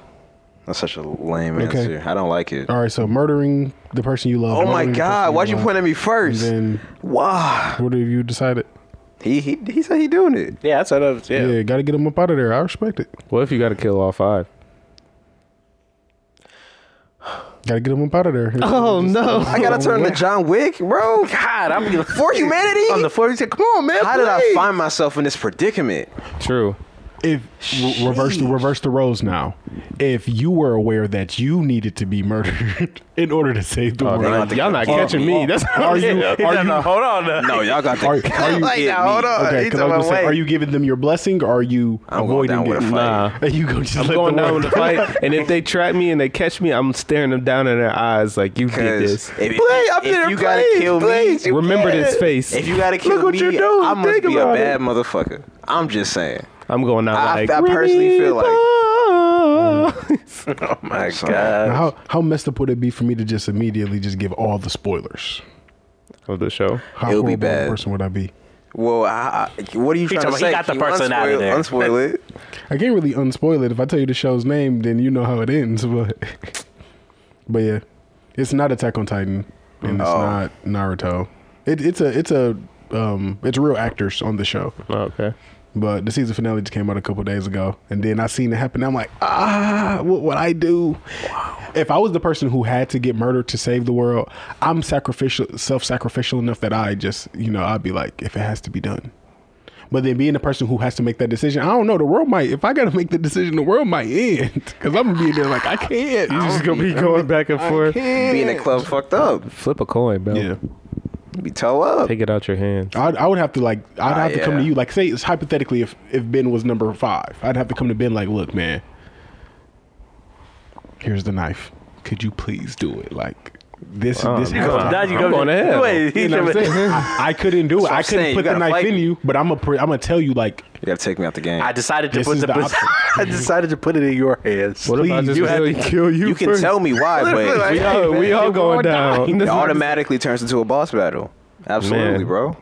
S2: That's such a lame
S1: Okay.
S2: answer. I don't like it.
S1: All right, so murdering the person you love.
S2: Oh my
S1: murdering the person
S2: god, why'd you
S1: love,
S2: point at me
S1: And
S2: first?
S1: then
S2: Wow.
S1: what have you decided?
S2: He he he said he doing it.
S3: Yeah, that's what I was.
S1: Yeah,
S3: Yeah.
S1: got to get them up out of there. I respect it.
S4: What if you gotta kill all five?
S1: Got to get them up out of there.
S4: no.
S2: I gotta turn to John Wick, bro.
S3: God, I'm like,
S2: For humanity?
S3: on the floor. He said, "Come on, man."
S2: How did I
S3: please."
S2: find myself in this predicament?
S4: True.
S1: if re- reverse the reverse the roles now, if you were aware that you needed to be murdered in order to save
S4: Oh,
S1: the
S2: they
S1: world,
S2: got the-
S4: Y'all not
S2: Or-
S4: catching me. That's
S1: are you? Are
S3: No,
S1: you?
S3: no, hold on. now.
S2: No, y'all got the.
S1: Are, are you?
S2: Like, now, hold on.
S1: Okay, 'cause I was gonna say, are you giving them your blessing? or Are you
S2: I'm going
S1: avoiding
S2: down with
S1: it?
S2: a fight.
S1: Nah. you go just let
S4: going
S1: the
S4: down
S1: world-
S4: with the fight. And if they trap me and they catch me, I'm staring them down in their eyes like you did
S2: Because
S4: this.
S2: if, if you gotta kill me,
S4: Remember this face.
S2: If you gotta kill
S4: Look what
S2: me,
S4: you're doing.
S2: I must
S4: Think
S2: be a
S4: about
S2: bad motherfucker. I'm just saying.
S4: I'm going out
S2: I-
S4: like
S2: I personally feel like-
S4: like
S2: My
S3: Uh,
S1: Now, How how messed up would it be for me to just immediately just give all the spoilers?
S4: of the show.
S1: How
S2: It'll
S1: horrible
S2: be
S1: of a
S2: bad.
S1: person would I be?
S2: Well, I, I, what are you trying to
S3: talking about
S2: say?
S3: he got the
S2: Can you
S3: person out
S2: unspoil-
S3: of there.
S2: Unspoil it.
S1: I can't really unspoil it. If I tell you the show's name, then you know how it ends. But but yeah, it's not Attack on Titan, and it's
S2: Oh.
S1: not Naruto. It, it's a it's a um it's real actors on the show.
S4: Oh, Okay.
S1: But the season finale just came out a couple days ago, and then I seen it happen. I'm like, ah, what would I do? If I was the person who had to get murdered to save the world, I'm sacrificial, self-sacrificial enough that I just, you know, I'd be like, if it has to be done. But then being the person who has to make that decision, I don't know. The world might, if I got to make the decision, the world might end because I'm gonna be in there like I can't.
S4: You're just gonna be going back and forth.
S2: Being a club fucked up.
S4: Flip a coin, bro.
S1: Yeah,
S2: Be toe up.
S4: Take it out your hand.
S1: I'd, I would have to like, I'd
S2: Ah,
S1: have to come
S2: yeah.
S1: to you. Like, say it's hypothetically, if if Ben was number five, I'd have to come to Ben like, look, man, here's the knife. Could you please do it? Like this, this.
S4: no.
S3: Now you
S4: I'm
S3: go
S4: going to hell.
S3: Wait,
S1: You
S3: he
S1: know what I'm
S3: just-
S1: saying? I, I couldn't do it.
S2: what I'm
S1: I couldn't
S2: saying.
S1: put
S2: You
S1: the
S2: gotta
S1: knife
S2: fight
S1: in
S2: me.
S1: you, but I'm a pre- I'm gonna tell you like
S2: You gotta take me out the game.
S3: I decided to
S1: This
S3: put
S1: is
S3: the,
S1: the
S3: pos-
S1: option.
S3: I decided to put it in your hands.
S4: What if I
S1: Please,
S4: just
S1: you
S3: had
S4: really kill you?
S2: you can
S4: first?
S2: tell me why, but
S4: We all, we all going down.
S2: it automatically turns into a boss battle. Absolutely,
S4: Man.
S2: bro.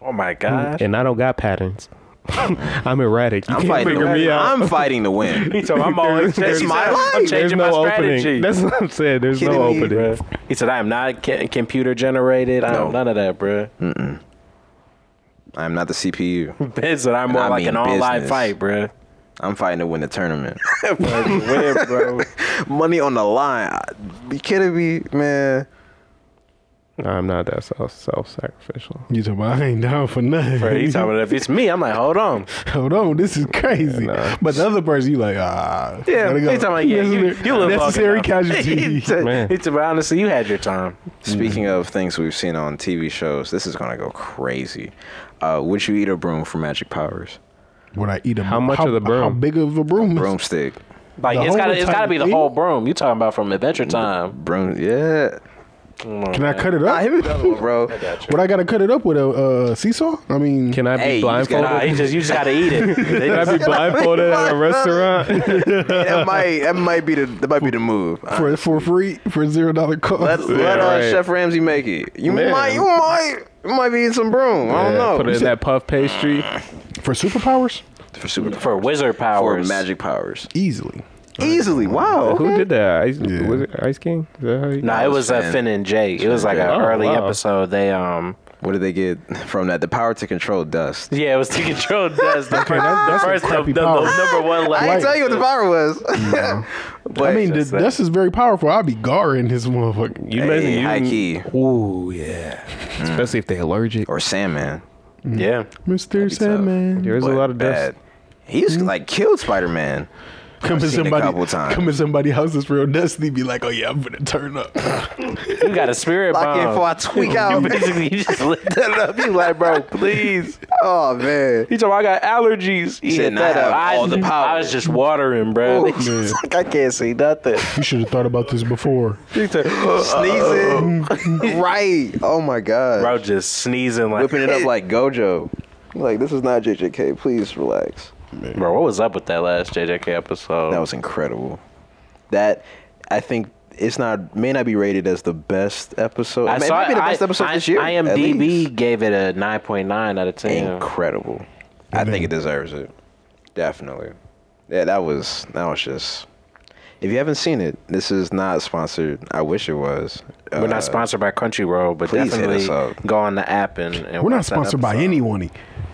S3: Oh my gosh.
S4: And I don't got patterns. I'm erratic. You
S2: I'm
S4: can't
S2: fighting. To
S4: figure
S2: win.
S4: me out.
S2: I'm fighting to win.
S3: So I'm always
S4: There's-
S3: he
S2: there's
S3: said,
S2: no-
S3: I'm
S4: There's
S3: changing my
S4: no
S3: strategy.
S4: opening. That's what I'm saying. There's
S2: Kidding
S4: no
S2: me,
S4: opening.
S3: bruh. He said, I am not ca- computer generated. I
S2: No.
S3: don't, none of that, bruh.
S2: I'm not the CPU.
S3: Ben said, I'm more
S2: I
S3: like
S2: mean
S3: an online
S2: business.
S3: fight, bruh.
S2: I'm fighting to win the tournament.
S3: Where, bro?
S2: Money on the line. I- You kidding me,
S4: Mm.
S2: man?
S4: I'm not that self self sacrificial.
S1: you talking about I ain't down for nothing.
S3: Bro, He's talking about if it's me, I'm like, hold on.
S1: Hold on, this is crazy.
S4: nah.
S1: But the other person, you like ah,
S3: Yeah,
S1: gotta
S3: he's
S1: go.
S3: talking about, yeah, you, you look
S1: necessary
S3: he
S1: casualty.
S3: said,
S4: Man.
S3: he said, but honestly, you had your time.
S2: Speaking of things we've seen on TV shows, this is gonna go crazy. Uh, would you eat a broom for magic powers?
S1: Would I eat a
S4: How much of the
S1: How
S4: broom?
S1: big of a broom? is-
S2: Broomstick.
S3: Like,
S1: The
S3: it's
S1: whole
S3: got to it's gotta be the
S1: entire
S3: whole broom. you talking about from Adventure Time.
S2: Broom. Yeah.
S1: Can I cut it
S2: Nah,
S1: up?
S2: here we go, bro.
S1: What I gotta cut it up with a uh, seesaw? I mean,
S4: Can I be
S2: Hey, you just
S4: blindfolded?
S3: Nah, he just, you just got to eat it. They
S4: Can I
S3: just-
S4: be blindfolded at a restaurant?
S2: that might that might be the that might be the move.
S1: for for free for zero dollar cost?
S2: Let, let uh,
S4: right.
S2: Chef Ramsey make it. You
S4: Man.
S2: might, you might, you might be eating some broom. I don't
S4: Yeah,
S2: know.
S4: Put it in that puff pastry.
S1: for superpowers?
S2: for super
S3: for wizard
S2: for
S3: powers.
S2: magic powers.
S1: Easily.
S2: Easily. Wow.
S4: Who did that? Ice,
S1: Yeah.
S4: Was it Ice King? Is that how you-
S3: No, it was uh,
S2: Finn.
S3: Finn and Jay. It was like an
S4: Jay. Oh,
S3: early
S4: wow.
S3: episode. They um,
S2: What did they get from that? The power to control dust.
S3: yeah, it was to control dust. The first,
S1: that's
S2: Ah!
S3: the,
S1: some
S3: first the,
S1: crappy
S3: the- the
S1: power.
S3: number one.
S2: I
S3: Like,
S2: didn't tell you what the power was. but
S1: I mean,
S3: just
S1: the,
S3: that.
S1: this is very powerful. I'd be guarding his motherfucker.
S4: You
S2: hey, high
S4: imagine
S2: key
S4: you, Ooh, yeah. Especially if they allergic.
S2: or Sandman.
S3: yeah,
S1: Mr.
S2: tough.
S1: Sandman.
S4: There's a
S2: But
S4: lot of dust. Hmm?
S2: bad. He used to like killed Spider Man.
S1: Come in
S2: seen it
S1: somebody
S2: couple times.
S1: come in somebody house that's real dusty, be like, Oh yeah, I'm gonna turn up.
S3: you got a spirit
S2: Lock in before I
S3: bomb.
S2: tweak
S3: You
S2: out.
S3: basically just lit that
S2: Shut up. He like, bro, please. Oh man.
S3: He told me I got allergies. He
S2: Said,
S3: hit
S2: "Nah,
S3: that up.
S2: I have all
S3: I,
S2: the power."
S3: I was just watering, bro.
S2: Ooh, it's like, I can't see nothing.
S1: you should have thought about this before.
S2: Sneezing. right. Oh my god.
S3: Bro, just sneezing like
S2: Whipping it up like Gojo. Like this is not JJK. Please relax.
S3: Bro, what was up with that last JJK episode?
S2: That was incredible. That I think it's not may not be rated as the best episode. I mean, it might be the best episode
S3: I,
S2: this year. at
S3: IMDb
S2: least.
S3: gave it a 9.9 out of 10.
S2: incredible. I think it deserves it. Definitely. Yeah, that was that was just. If you haven't seen it, this is not sponsored. I wish it was.
S3: We're
S2: Uh,
S3: not sponsored by Crunchyroll, but
S2: please hit
S3: definitely
S2: us up.
S3: go on the app and, and
S1: We're not
S3: watch that
S1: sponsored by
S3: episode.
S1: anyone.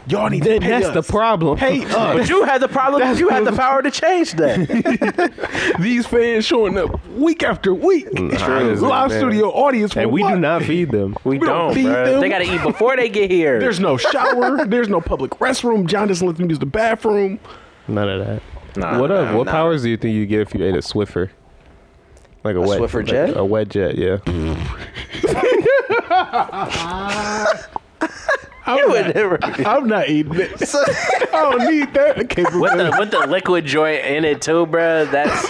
S1: Y'all need to pay
S4: That's
S1: us.
S4: the problem. Hey,
S3: But you had the problem. that you had the power to change that.
S1: These fans showing up week after week.
S4: True.
S1: Live
S4: Man.
S1: studio audience. for
S4: and we do
S1: what?
S4: not feed them.
S3: We
S1: don't
S3: don't.
S1: feed
S3: bruh.
S1: them.
S3: They gotta eat before they get here.
S1: There's no shower. There's no public restroom. John doesn't let them use the bathroom.
S5: None of that.
S2: Nah,
S4: what up?
S2: nah,
S4: what
S2: nah.
S4: powers do you think you get if you ate a Swiffer? Like a, wet,
S2: Swiffer
S4: like
S2: jet?
S4: A wet jet, yeah.
S1: I'm not, I'm not eating it. I don't need that. I can't
S3: With the with the liquid joint in it too, bro. That's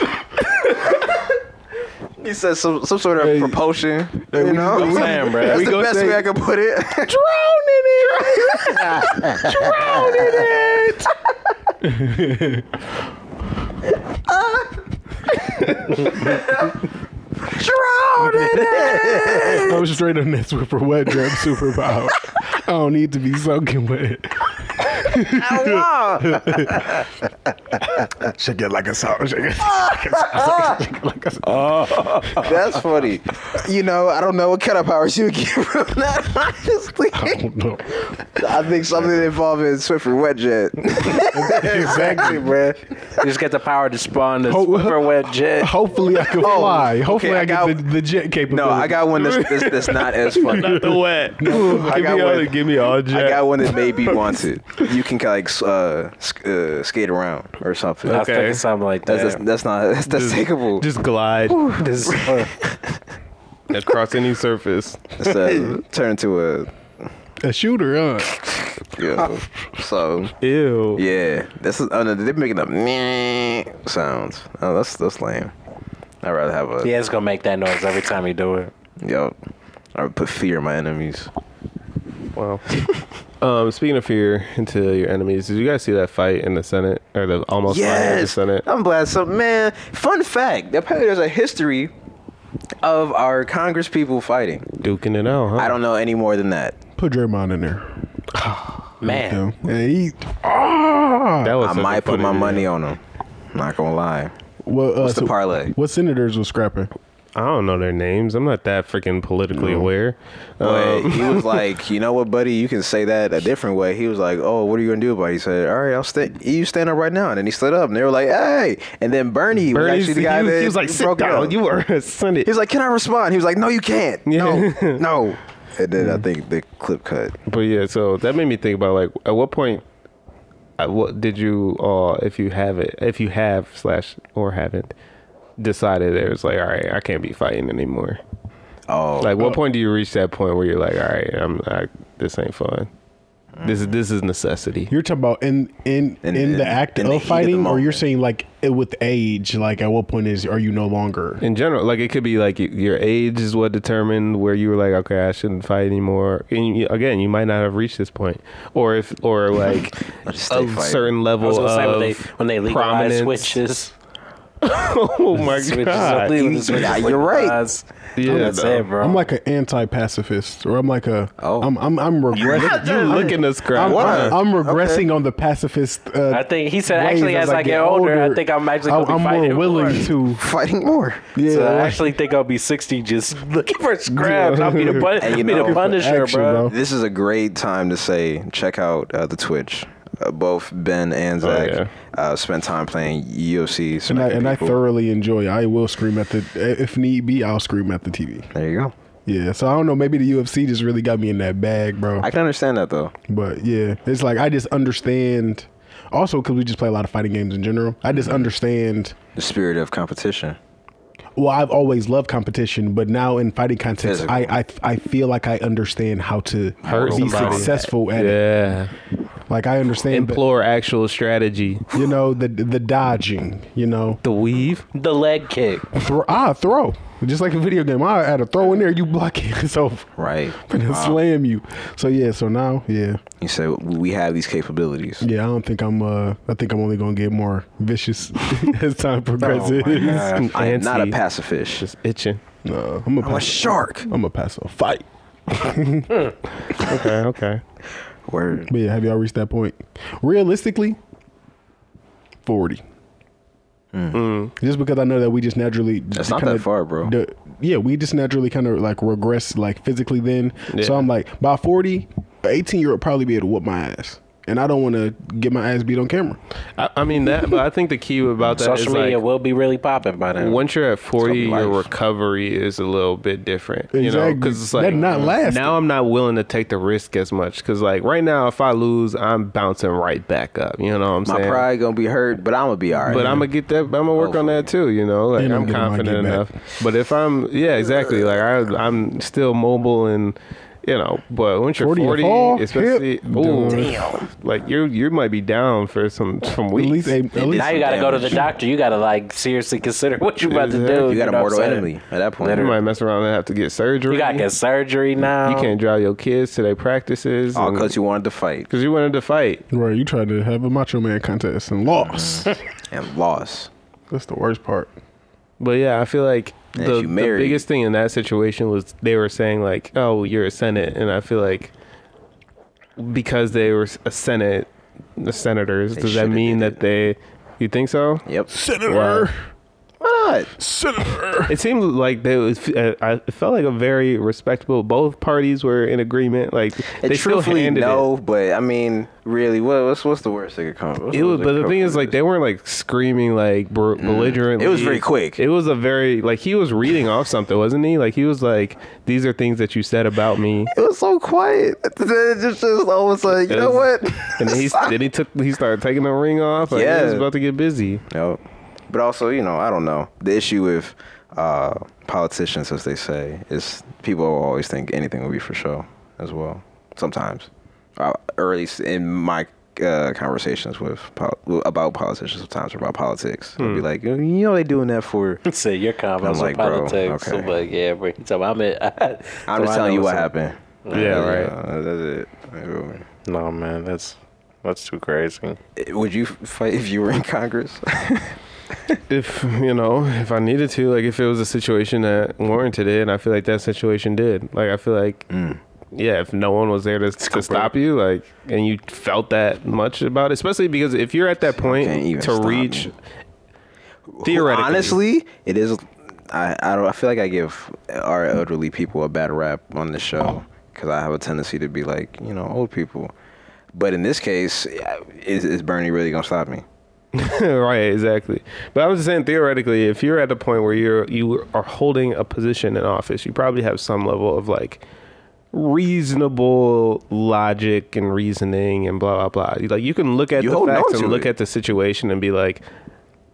S2: He said some some sort of
S1: Hey.
S2: propulsion.
S1: Hey, we-
S2: you know,
S1: we-
S3: Damn, bro.
S2: That's
S1: we
S2: the
S1: gonna
S2: best
S1: say-
S2: way I can put it.
S1: I'm straight on this with a wet dream superpower. I don't need to be soaking wet. shake it like a sour. Shake it like a sour. Shake it like a sour.
S2: That's funny. You know, I don't know what kind of powers you would get from that. Honestly,
S1: I don't know.
S2: I think something involving Swiffer wet jet. exactly, man.
S3: you just get the power to spawn the
S1: Oh, well.
S3: super wet jet.
S1: Hopefully I can
S2: Oh,
S1: fly.
S2: okay,
S1: Hopefully
S2: I
S1: I, get
S2: got-
S1: the, the jet capability.
S2: No, I got one that's, that's, that's not as funny.
S5: The wet.
S2: I got one.
S5: give me all
S2: I
S5: jet.
S2: got one that may be wanted. You can like s- uh, sk- uh, skate around or something.
S3: I was thinking something like that.
S2: That's, that's, that's not that's, that's takeable.
S5: Just glide
S3: This-
S4: Across any surface.
S2: It's, uh, turn to a
S1: a shooter, huh?
S2: you know, so
S5: Ew.
S2: yeah. This is oh no, they're making up meh sounds. Oh, that's that's lame. I'd rather have a
S3: yeah, it's gonna make that noise every time you do it.
S2: yo. I would put fear in my enemies.
S4: Wow. um, speaking of fear into your enemies, did you guys see that fight in the Senate or the almost fight in the
S2: Yes,
S4: Senate?
S2: I'm glad. So man, fun fact. Apparently, there's a history of our Congress people fighting.
S4: Duking it out, huh?
S2: I don't know any more than that.
S1: Put Draymond in there.
S3: Man,
S1: Yeah. Hey, he, ah!
S4: That was
S2: I
S4: such a
S2: might put
S4: funny
S2: my
S4: video.
S2: money on them. Not gonna lie.
S1: What, uh,
S2: What's the
S1: so
S2: parlay?
S1: What senators was scrapping?
S4: I don't know their names. I'm not that freaking politically aware.
S2: But
S4: Um,
S2: he was like, you know what, buddy, you can say that a different way. He was like, oh, what are you gonna do about it? He said, all right, I'll stand. You stand up right now, and then he stood up, and they were like, hey. And then Bernie was
S4: Bernie's-
S2: actually the guy
S4: he, was-
S2: that
S4: he was like, sit
S2: broke it
S4: down.
S2: up."
S4: You are a Senate.
S2: He was like, can I respond? He was like, no, you can't.
S4: Yeah.
S2: No, no. And then I think the clip cut.
S4: But yeah, so that made me think about like at what point at what did you uh if you have it if you have slash or haven't decided it was like all right I can't be fighting anymore.
S2: Oh,
S4: Like what point do you reach that point where you're like all right I'm I, this ain't fun. This is this is necessity.
S1: You're talking about in in in,
S2: In- in-
S1: the act
S2: in the heat
S1: of
S2: of the
S1: fighting, or you're
S2: moment.
S1: saying like it, with age, like at what point is are you no longer?
S4: In general, like it could be like y- your age is what determined where you were like okay I shouldn't fight anymore. And you, again, you might not have reached this point, or if or like a
S2: just stay fighting.
S4: certain
S3: I was
S4: level
S3: gonna
S4: of
S3: say when they when they legalize
S4: uh, prominence.
S3: switches,
S4: oh my
S3: switches,
S4: god.
S3: illegal,
S2: You-
S3: switches
S2: yeah, you're right.
S3: legalized.
S4: Yeah,
S3: that's
S4: no.
S3: it, bro.
S1: I'm like an anti-pacifist, or I'm like a
S2: Oh.
S1: I'm I'm I'm regressing.
S4: You're looking to scrap.
S1: I'm, I'm,
S4: Wow.
S1: I'm regressing on the pacifist. Uh,
S3: I think he said
S1: ways
S3: actually as, I, get older, I think I'm actually
S1: I-
S3: gonna be
S1: I'm
S3: fighting
S1: more willing
S3: more.
S1: to.
S2: fighting more.
S1: Yeah,
S3: So I
S1: like,
S3: actually think I'll be 60 just looking for scraps. I'll be the, pun-
S2: And you
S3: be
S2: know-
S3: the punisher,
S1: Action,
S3: bro.
S1: bro.
S2: This is a great time to say check out uh, the Twitch. Uh, both Ben and Zach
S4: Oh, yeah.
S2: uh, spent time playing UFC.
S1: and, I,
S2: smacking
S1: and I
S2: people.
S1: thoroughly enjoy. I will scream at the if need be. I'll scream at the TV.
S2: there you go.
S1: Yeah, so I don't know. Maybe the UFC just really got me in that bag, bro.
S2: I can understand that though.
S1: But yeah, it's like I just understand. Also, because we just play a lot of fighting games in general, I
S2: Mm-hmm.
S1: just understand.
S2: The spirit of competition.
S1: Well, I've always loved competition, but now in fighting context,
S2: Physical.
S1: I, I I feel like I understand how to
S4: Hurt
S1: be
S4: somebody.
S1: successful at it.
S4: Yeah.
S1: Like I understand, but,
S4: Implore actual strategy.
S1: you know, the the dodging, you know,
S4: The weave.
S3: The leg kick.
S1: throw, ah, throw, just like a video game. I had a throw in there, you block it, so
S2: Right.
S1: and
S2: Wow.
S1: slam you. So yeah, so now yeah,
S2: You said we have these capabilities.
S1: yeah. I don't think I'm. uh I think I'm only gonna get more vicious as time progresses.
S2: Oh I am not a
S4: Antsy.
S2: pacifist.
S4: Just itching.
S1: no, I'm a
S2: I'm a
S1: pass.
S2: shark.
S1: I'm gonna pass a fight.
S4: Okay. Okay.
S2: Word.
S1: But yeah, have y'all reached that point? Realistically, 40. Just because I know that we just naturally.
S2: Hmm. That's not
S1: kinda-
S2: that far, bro.
S1: the- yeah, we just naturally kind of like regress like physically then. So
S4: Yeah.
S1: I'm like, by 40, 18 year old probably be able to whoop my ass. and I don't want to get my ass beat on camera.
S4: I, I mean that, but I think the key about that is
S3: Social media
S4: like
S3: will be really popping by then.
S4: once you're at 40,
S2: It's gonna
S4: your
S2: be life.
S4: recovery is a little bit different. You know,
S1: Exactly.
S4: because it's like
S1: That not lasting.
S4: Now I'm not willing to take the risk as much because like right now, if I lose, I'm bouncing right back up. You know what I'm
S2: My
S4: saying?
S2: pride gonna be hurt, but I'm gonna be all right.
S4: But I'm gonna get that. I'm gonna work on that too. You know, like
S1: And I'm
S4: I'm
S1: getting my
S4: confident
S1: get
S4: enough. But if I'm, yeah, exactly. Like I, I'm still mobile and. You know, but once you're
S1: 40,
S4: 40,
S1: you fall, hip,
S4: especially, ooh,
S3: Damn.
S4: like you, you might be down for some some
S1: At
S4: weeks.
S1: least, a, at least
S3: Now you got to go to the doctor. You got to like seriously consider what you about to do.
S4: Exactly.
S2: you got a
S3: know what
S2: mortal
S3: I'm saying?
S2: enemy at that point.
S4: you might mess around and have to get surgery.
S3: You got to get surgery now.
S4: You can't drive your kids to their practices.
S2: Um, Oh, because you wanted to fight
S4: because you wanted to fight.
S1: Right, you tried to have a Macho Man contest and lost.
S2: and lost.
S1: That's the worst part.
S4: But yeah, I feel like
S2: And
S4: the,
S2: you
S4: the
S2: married.
S4: biggest thing in that situation was they were saying like, "Oh, you're a senate," and I feel like because they were a senate, the senators. does that
S2: should've
S4: mean
S2: did
S4: that they? You think so?
S2: Yep.
S1: Senator,
S2: Why not?
S1: Senator.
S4: It seemed like they was. Uh, I it felt like a very respectable. Both parties were in agreement. Like
S2: And
S4: they still
S2: truthfully,
S4: handed it.
S2: no, but I mean, really, what, what's what's the worst that could come? what's
S4: It
S2: worst
S4: was,
S2: that
S4: but the
S2: could
S4: thing
S2: come
S4: is,
S2: from
S4: like,
S2: this?
S4: they weren't like screaming like br- belligerent.
S2: Mm. It was very quick.
S4: It was a very like he was reading off something, wasn't he? Like he was like, "These are things that you said about me."
S2: it was so quiet. It just, just all of a sudden, you know
S4: was-
S2: what?
S4: And then he then he took he started taking the ring off. Like,
S2: Yeah.
S4: yeah, he was about to get busy.
S2: Yep. But also, you know, I don't know. The issue with uh, politicians, as they say, is people always think anything will be for show as well. Sometimes, uh, or at least in my uh, conversations with pol- about politicians, sometimes or about politics, they'll be like, you know, they doing that for.
S3: So your comments
S2: I'm
S3: are
S2: like, bro,
S3: politics.
S2: okay.
S3: I'm like, yeah, bro. You talking about- I'm, in,
S2: I'm just telling you what happened.
S4: Yeah, right.
S2: Uh, that's it. I feel me.
S3: No, man, that's that's too crazy.
S2: Eh, Would you fight if you were in Congress?
S4: If you know, if I needed to, like, if it was a situation that warranted it, and I feel like that situation did. Like, I feel like.
S2: Mm.
S4: Yeah, if no one was there to, to stop you, like, and you felt that much about it, especially because if you're at that
S2: can't
S4: point
S2: even
S4: to
S2: stop
S4: reach
S2: me.
S4: Theoretically.
S2: honestly, it is. I I, don't, I feel like I give our elderly people a bad rap on the show because I have a tendency to be like you know old people, but in this case, I- is, is Bernie really gonna stop me?
S4: right, exactly. But I was just saying, theoretically, if you're at the point where you're you are holding a position in office, you probably have some level of like reasonable logic and reasoning and blah blah blah. Like you can look at
S2: You
S4: the
S2: hold on
S4: facts and
S2: to
S4: look
S2: it.
S4: at the situation and be like,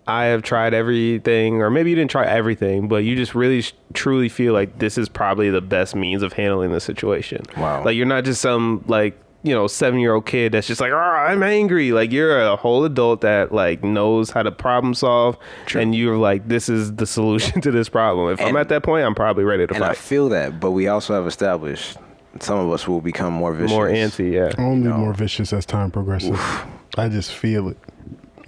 S4: I have tried everything, or maybe you didn't try everything, but you just really sh- truly feel like this is probably the best means of handling the situation.
S2: Wow.
S4: Like you're not just some like you know seven year old kid that's just like, oh, I'm angry. Like you're a whole adult that like knows how to problem solve, and you're like, this is the solution to this problem. If I'm
S2: And-
S4: at that point, I'm probably ready to
S2: And I
S4: fight.
S2: feel that, but we also have established some of us will become more vicious.
S4: More antsy, yeah.
S1: Only more vicious as time progresses. I just feel it.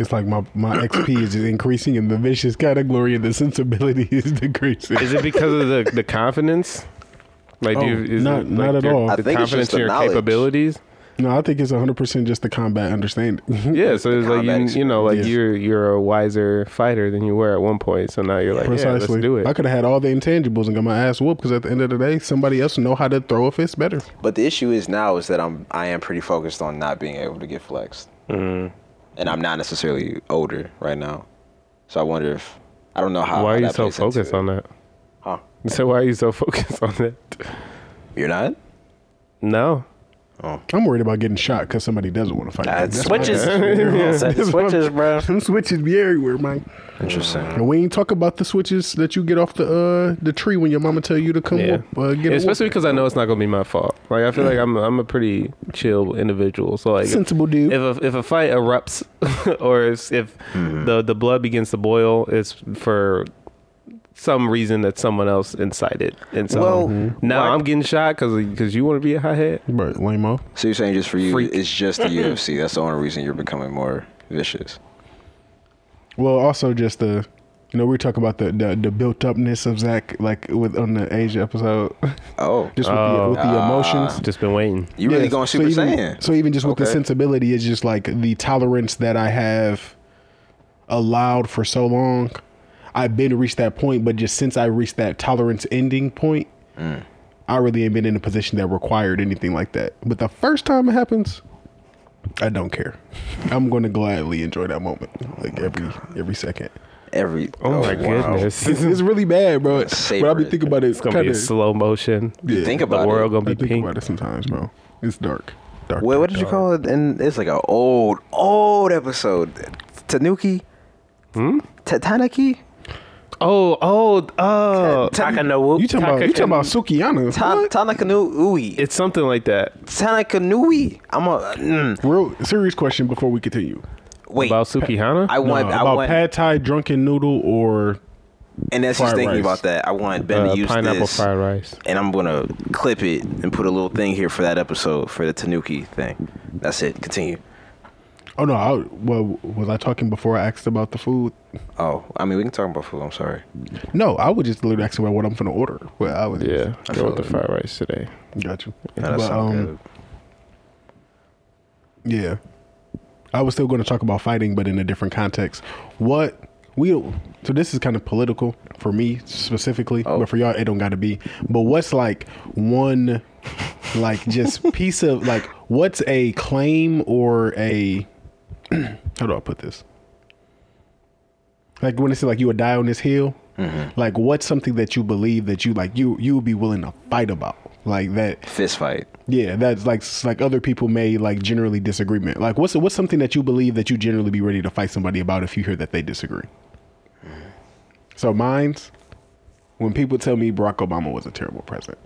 S1: It's like my, my XP is just increasing in the vicious category and the sensibility is decreasing.
S4: Is it because of the the confidence? Like, do
S1: Oh,
S4: you, is
S1: not-
S4: it,
S1: not
S4: like,
S1: at
S4: your-
S1: all. I
S4: The
S2: think it's
S4: confidence
S2: just the
S4: in your
S2: knowledge.
S4: capabilities.
S1: No, I think it's 100% just the combat understanding.
S4: Yeah, so it's like
S2: combat
S4: you, you know, like
S1: experience.
S4: you're you're a wiser fighter than you were at one point. So now you're like, yeah, let's
S1: Precisely.
S4: do
S1: I
S4: it.
S1: could have had all the intangibles and got my ass whooped because at the end of the day, somebody else know how to throw a fist better.
S2: But the issue is now is that I'm I am pretty focused on not being able to get flexed,
S4: Mm-hmm.
S2: and I'm not necessarily older right now, so I wonder if I don't know how.
S4: Why
S2: how
S4: are you
S2: that
S4: so
S2: plays into
S4: focused
S2: it.
S4: on that?
S2: Huh?
S4: So why are you so focused on that?
S2: You're not.
S4: Mm-hmm. No,
S1: I'm worried about getting shot because somebody doesn't want to fight. me.
S2: That's-
S1: why-
S3: Switches, Said switches, bro.
S1: Them switches be everywhere, man.
S2: Interesting.
S1: And we ain't talk about the switches that you get off the uh, the tree when your mama tell you to come
S4: yeah.
S1: whoop, uh, get a
S4: Especially
S1: whoop.
S4: because I know it's not gonna be my fault. Like I feel like I'm I'm a pretty chill individual. So like,
S1: sensible dude.
S4: if a, if a fight erupts or if, if the the blood begins to boil, it's for some reason that someone else incited. And so
S2: Well,
S4: now
S2: why-
S4: I'm getting shot because you want to be a hothead.
S1: Bro, lame
S2: So you're saying just for you,
S4: Freak.
S2: it's just the UFC. That's the only reason you're becoming more vicious.
S1: Well, also just the, you know, we talk about the the, the built upness of Zach, like with on the Asia episode,
S2: Oh,
S1: just with, the, with
S4: Ah.
S1: the emotions.
S4: Just been waiting.
S2: you really
S1: Yes.
S2: going
S1: so
S2: Super
S1: even,
S2: Saiyan?
S1: So even just with the
S2: Okay.
S1: sensibility, it's just like the tolerance that I have allowed for so long. I've been reached that point, but just since I reached that tolerance ending point,
S2: Mm.
S1: I really ain't been in a position that required anything like that. But the first time it happens, I don't care. I'm going to gladly enjoy that moment,
S2: Oh
S1: like every every second.
S2: Every
S4: Oh,
S2: wow.
S4: my goodness.
S1: It's, it's really bad, bro. But
S2: Savor
S1: I'll be
S2: it.
S1: thinking about it.
S4: It's gonna be
S1: kinda-
S4: slow motion.
S1: yeah.
S2: Think
S4: The
S2: about it.
S4: world gonna
S1: I
S4: be
S1: think
S4: pink.
S1: about it sometimes, bro. It's dark. Dark.
S2: Wait,
S1: dark,
S2: what did you
S1: dark.
S2: call it? And it's like an old, old episode. Tanuki? Hmm? Tanuki?
S4: Oh, oh, oh.
S3: Taka no whoop.
S1: You talking about? You talking about Sukiyana?
S2: Ta-
S1: What?
S2: Tanakanu Ui.
S4: It's something like that.
S2: Tanakanui. I'm a. Mm,
S1: Real serious question before we continue.
S2: wait.
S4: About Sukihana?
S2: I want.
S1: No,
S2: I
S1: about
S2: want.
S1: pad thai, drunken noodle, or
S2: and that's just
S1: fried rice.
S2: thinking about that. I want Ben
S4: Uh,
S2: to use
S4: pineapple
S2: this.
S4: fried rice.
S2: And I'm going to clip it and put a little thing here for that episode for the Tanuki thing. That's it. Continue.
S1: oh no, I, well, was I talking before I asked about the food?
S2: Oh, I mean, we can talk about food. I'm sorry.
S1: No, I was just literally asking about what I'm gonna order. Well, I was
S4: Yeah,
S2: I
S4: go
S2: feel
S4: with the
S2: it.
S4: fried rice today.
S1: got you.
S2: No, that
S1: But,
S2: sounds
S1: um,
S2: good.
S1: Yeah. I was still going to talk about fighting, but in a different context. What we so this is kind of political for me specifically, but for y'all it don't got to be. But what's like one like just piece of like what's a claim or a how do I put this? Like when it's like you would die on this hill, like what's something that you believe that you like you you would be willing to fight about like that
S2: Fist fight.
S1: yeah, that's like s- like other people may like generally disagreement. Like, what's what's something that you believe that you generally be ready to fight somebody about if you hear that they disagree? So mine's when people tell me Barack Obama was a terrible president.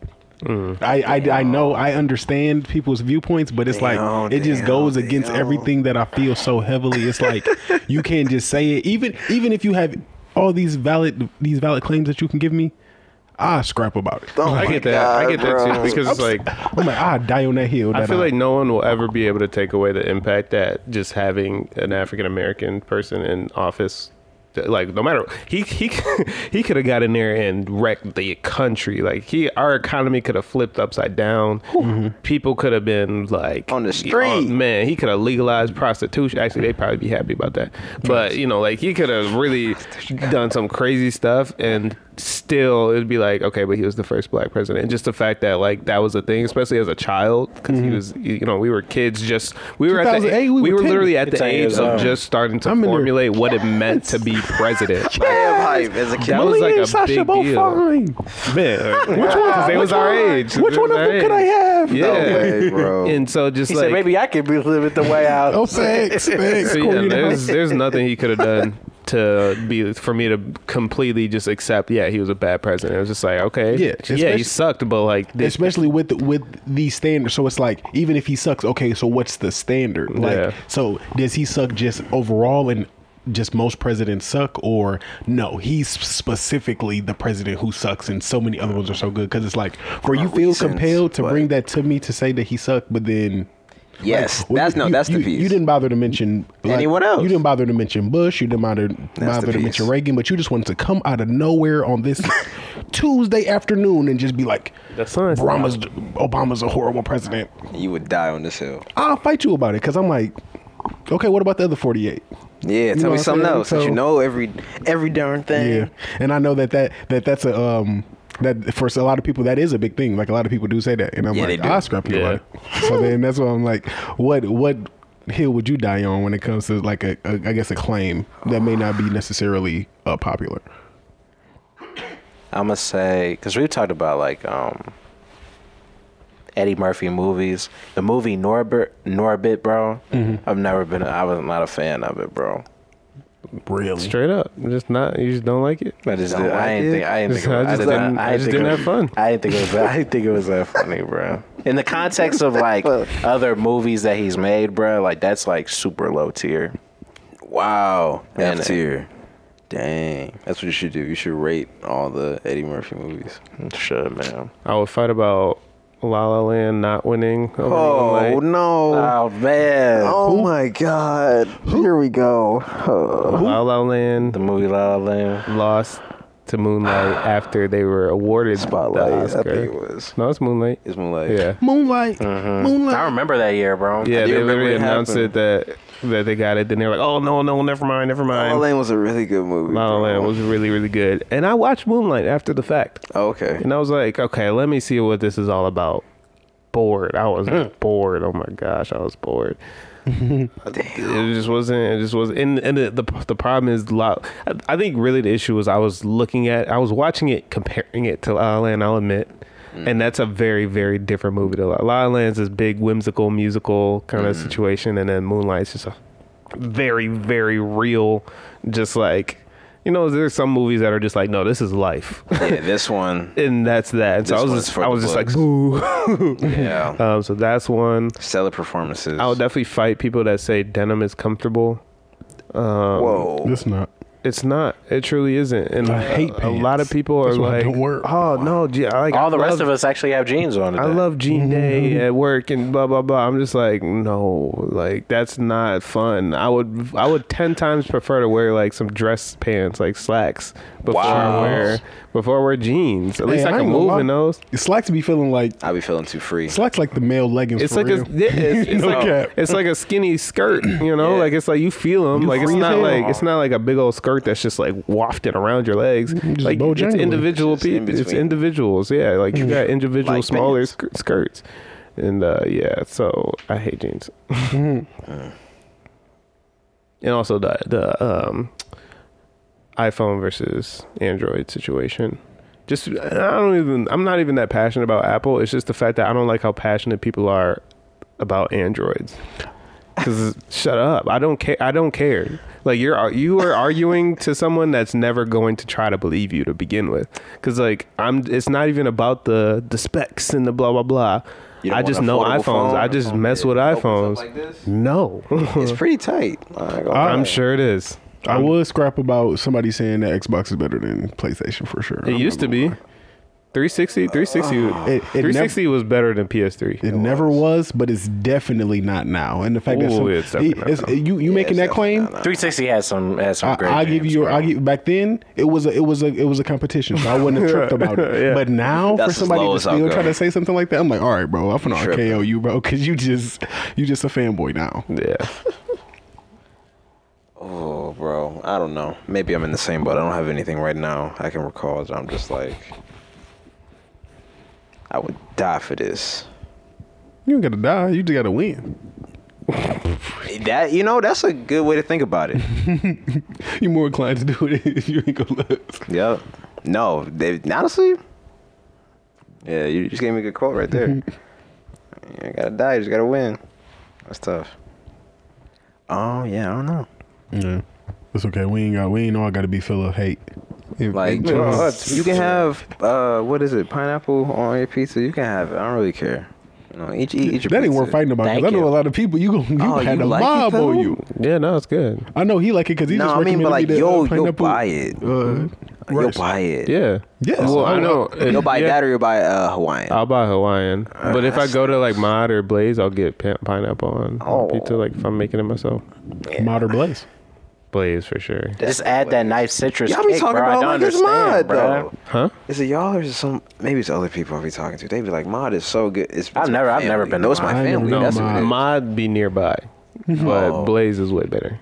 S4: Mm.
S1: I, I I know I understand people's viewpoints, but it's
S2: Damn,
S1: like it just
S2: damn,
S1: goes against
S2: damn.
S1: everything that I feel so heavily. It's like you can't just say it, even even if you have all these valid these valid claims that you can give me. I scrap about it.
S2: Oh
S4: I
S2: my
S4: get that. I
S2: God,
S4: get that
S2: bro.
S4: too because it's like
S1: I'm like, I die on that hill.
S4: I
S1: that
S4: feel
S1: I-
S4: like no one will ever be able to take away the impact that just having an African American person in office that, like no matter he he he could have got in there and wrecked the country like he our economy could have flipped upside down people could have been like
S2: On the
S4: oh,
S2: street.
S4: man he could have legalized prostitution actually they'd probably be happy about that but you know like he could have really done some crazy stuff and still it'd be like okay but he was the first black president and just the fact that like that was a thing especially as a child because he was you know we were kids just we were at the
S1: 2008,
S4: we,
S1: we
S4: were
S1: were 10.
S4: literally at the
S3: 10
S4: age
S3: years
S4: of
S3: old.
S4: just starting to
S1: I'm in there.
S4: formulate what it meant to be president Like,
S2: Damn hype as a kid.
S4: That was
S1: Malia
S4: like a
S1: and Sasha
S4: big
S1: both
S4: deal.
S1: fine.
S4: man like,
S1: Which one?
S4: they
S1: which
S4: was our
S1: one-
S4: age
S1: Which
S4: They
S1: one
S4: was
S1: of
S4: our
S1: them could I
S4: age.
S1: have?
S4: yeah
S2: way, bro.
S4: and so just
S3: He
S4: like
S3: said maybe I could be living the way out.
S1: Oh, thanks, thanks.
S4: So
S1: Cool,
S4: yeah,
S1: you know.
S4: there's there's nothing he could have done to be for me to completely just accept. Yeah, he was a bad president. It was just like okay,
S1: Yeah,
S4: yeah,
S1: especially-
S4: he sucked, but like this,
S1: Especially with the, with the standard, so it's like even if he sucks, okay. So what's the standard? Like,
S4: Yeah.
S1: so does he suck just overall and just most presidents suck, or no? He's specifically the president who sucks, and so many other ones are so good because it's like, for you feel
S2: reasons,
S1: compelled to
S2: but-
S1: bring that to me to say that he sucked, but then
S2: yes,
S1: Well,
S2: that's
S1: you-
S2: no,
S1: you-
S2: that's the
S1: you-
S2: piece.
S1: You didn't bother to mention like,
S2: Anyone else.
S1: You didn't bother to mention Bush. You didn't bother, bother to
S2: piece.
S1: mention Reagan. But you just wanted to come out of nowhere on this Tuesday afternoon and just be like,
S4: That's nice.
S1: Obama's Obama's a horrible president."
S2: You would die on this hill.
S1: I'll fight you about it because I'm like, okay, what about the other 48?
S2: Yeah,
S1: know
S2: tell me
S1: what I'm
S2: something
S1: saying?
S2: else. Since you
S1: So-
S2: know every every darn thing.
S1: Yeah, and I know that that that that's a um that for a lot of people that is a big thing. Like a lot of people do say that, and I'm
S2: Yeah, they
S1: like,
S2: do.
S1: I'll scrap you
S4: Yeah.
S1: about it. So then that's why I'm like, what what hill would you die on when it comes to like a, a I guess a claim that may not be necessarily uh, popular?
S3: I'm gonna say because we've talked about like um, Eddie Murphy movies. The movie Norbert Norbit, bro.
S2: Mm-hmm.
S3: I've never been. I was not a fan of it, bro.
S1: Really?
S4: straight up, just not. You just don't like it.
S3: I just
S2: Don't
S3: did,
S2: like
S3: I ain't
S2: it?
S3: think I ain't
S4: Just-
S3: think it was-
S4: I
S3: I
S4: just
S3: did not-
S4: didn't- I
S3: didn't
S4: just
S3: think
S4: didn't
S3: it
S4: have fun.
S3: was- I didn't think it was I didn't think it was that funny, bro. In the context of like other movies that he's made, bro, like that's like super low tier.
S2: Wow.
S3: And-
S2: F tier. Dang. That's what you should do. You should rate all the Eddie Murphy movies.
S3: Shit, man.
S4: I would fight about La La Land not winning. over
S2: Oh,
S4: Moonlight.
S2: no.
S3: Oh man.
S2: oh my god. Here we go.
S4: La La Land
S3: The movie La La Land.
S4: lost to Moonlight after they were awarded
S2: Spotlight.
S4: The
S2: I
S4: Oscar.
S2: think it was.
S4: No, it's Moonlight.
S2: It's Moonlight.
S4: Yeah.
S1: Moonlight,
S4: Uh-huh.
S1: Moonlight.
S3: I remember that year, bro.
S4: Yeah,
S2: do
S4: they
S2: remember
S4: literally
S2: it
S4: announced
S2: happened.
S4: it that that they got it. Then they were like, "Oh no, no, never mind, never
S2: La
S4: mind."
S2: La Land was a really good movie.
S4: La La
S2: bro.
S4: Land was really, really good. And I watched Moonlight after the fact.
S2: Oh, okay.
S4: And I was like, okay, let me
S2: Hmm.
S4: see what this is all about. Bored. I was bored. Oh my gosh, I was bored. it just wasn't. It just wasn't. And, and the, the the problem is, lot. I, I think really the issue was I was looking at, I was watching it, comparing it to La La Land. I'll admit,
S2: Mm.
S4: and that's a very very different movie to La La Land's this big whimsical musical kind
S2: Mm.
S4: of situation, and then Moonlight's just a very very real, just like. You know, there's some movies that are just like, no, this is life,
S2: yeah, this one.
S4: and that's that. And so
S2: This
S4: I was
S2: one's
S4: just,
S2: for
S4: I
S2: the
S4: was just like,
S2: books.
S4: boo.
S2: Yeah.
S4: um, so that's one.
S2: Stellar performances.
S4: I'll definitely fight people that say denim is comfortable. um,
S2: Whoa.
S1: It's not.
S4: It's not. It truly isn't. And
S1: I hate
S4: a, a lot of
S1: pants.
S4: people are
S1: That's why I
S4: like,
S1: don't work.
S4: "Oh no, gee, I like
S3: All the
S4: I
S3: rest
S4: love-
S3: of us actually have jeans on today.
S4: I love Jean Day
S1: Mm-hmm.
S4: at work and blah blah blah. I'm just like, no, like that's not fun. I would I would ten times prefer to wear like some dress pants, like slacks, before I
S2: Wow.
S4: wear before I wear jeans. At least
S1: Hey,
S4: I
S1: I
S4: can
S1: ain't gonna
S4: move
S1: lie.
S4: in those.
S1: Slacks be feeling like
S2: I'll be feeling too free.
S1: slacks like the male leggings.
S4: It's
S1: for
S4: like
S1: real.
S4: a yeah, it's, it's
S1: No
S4: like
S1: cap.
S4: it's like a skinny skirt, you know.
S2: Yeah.
S4: Like it's like you feel them.
S1: You
S4: like it's
S1: free as
S4: not
S1: hell.
S4: like it's not like a big old skirt that's just like wafted around your legs.
S1: just
S4: Like it's
S1: bojangling.
S4: individual
S2: Just in
S4: people. it's
S2: between.
S4: individuals. Yeah, like you
S1: Mm.
S4: got individual
S2: Like
S4: smaller
S2: pants.
S4: sk- skirts, and uh yeah. So I hate jeans,
S2: Uh.
S4: and also the the um iPhone versus Android situation. Just I don't even. I'm not even that passionate about Apple. It's just the fact that I don't like how passionate people are about androids. Cause shut up, I don't care. I don't care. Like you're you are arguing to someone that's never going to try to believe you to begin with. Cause like I'm, it's not even about the the specs and the blah blah blah.
S2: You don't
S4: I
S2: want
S4: just
S2: an
S4: know
S2: affordable
S4: iPhones.
S2: phone, Oh,
S4: I
S2: a
S4: just
S2: phone
S4: mess
S2: that
S4: with
S2: opens up
S4: iPhones.
S2: like this?
S4: no,
S2: It's pretty tight.
S4: I'm sure it is.
S1: I would scrap about somebody saying that Xbox is better than PlayStation for sure. I'm
S4: It used
S1: not
S4: to be.
S1: gonna lie.
S4: 360, 360,
S2: Ah.
S1: it
S4: 360 was better than PS3.
S1: It never was, but it's definitely not now. And the fact that
S4: Ooh,
S1: some-
S4: it's definitely
S1: it-
S4: not
S1: it's-
S4: now.
S1: you you making that claim,
S3: 360 has some has some
S1: I,
S3: great.
S1: I'll give you
S3: games,
S1: your.
S3: bro.
S1: I give back then. It was a it was a it was a competition, so I wouldn't have tripped about it.
S4: Yeah.
S1: But now, for
S2: That's as
S1: somebody
S2: low
S1: to
S2: as I'll
S1: still
S2: go.
S1: try to say something like that, I'm like, all right, bro, I'm gonna
S2: Tripping.
S1: RKO you, bro, because you just you just a fanboy now.
S4: Yeah.
S2: Oh, bro. I don't know. Maybe I'm in the same boat. I don't have anything right now I can recall that I'm just like, I would die for this.
S1: You ain't gotta die. You just gotta win.
S2: That you know, that's a good way to think about it.
S1: You're more inclined to do it if you ain't gonna lose.
S2: yep. No, they, honestly, yeah, you just gave me a good quote right there. you ain't gotta die. You just gotta win. That's tough. Oh yeah, I don't know.
S1: Yeah, it's okay. We ain't got. We ain't all gotta be full of hate. If-
S2: Like
S1: if-
S2: uh, you can have uh, what is it? Pineapple on your pizza. You can have it. I don't really care. You know, each eat, eat your
S1: that ain't
S2: pizza.
S1: worth fighting about. Because
S3: Thank
S1: I know
S3: you.
S1: a lot of people. You gon- you
S2: Oh,
S1: had
S2: you
S1: a
S2: like it,
S1: mob on
S2: though?
S1: you.
S4: Yeah, no, it's good.
S1: I know he like it because he
S2: No,
S1: just
S2: I mean,
S1: recommended
S2: but like,
S1: me to
S2: yo,
S1: uh,
S2: you'll
S1: pineapple,
S2: buy it.
S1: Uh,
S2: You'll
S1: rice.
S2: buy it.
S4: Yeah.
S1: Yes.
S4: Well, I know.
S2: You'll buy
S4: yeah,
S2: that or you'll buy uh, Hawaiian.
S4: I'll buy Hawaiian. But if I go to like Mod or Blaze, I'll get pin- pineapple on
S2: Oh.
S4: pizza, like if I'm making it myself.
S1: Modern Blaze.
S4: Blaze for sure.
S3: Just add that nice citrus.
S2: Y'all be
S3: kick,
S2: talking
S3: bro. I
S2: about
S3: don't
S2: like it's
S3: understand,
S2: mod
S3: bro.
S2: though.
S4: Huh?
S2: Is it y'all or is it some? Maybe it's other people I be talking to. They be like, mod is so good. It's, it's
S3: I've
S2: my
S3: never- I've never
S2: family."
S3: been
S2: No,
S3: to
S2: it's my
S1: Mod. I ain't
S2: family.
S1: never
S2: That's
S1: been
S2: what
S1: to
S2: it is.
S4: Mod be nearby, but
S2: Oh.
S4: Blaze is way better.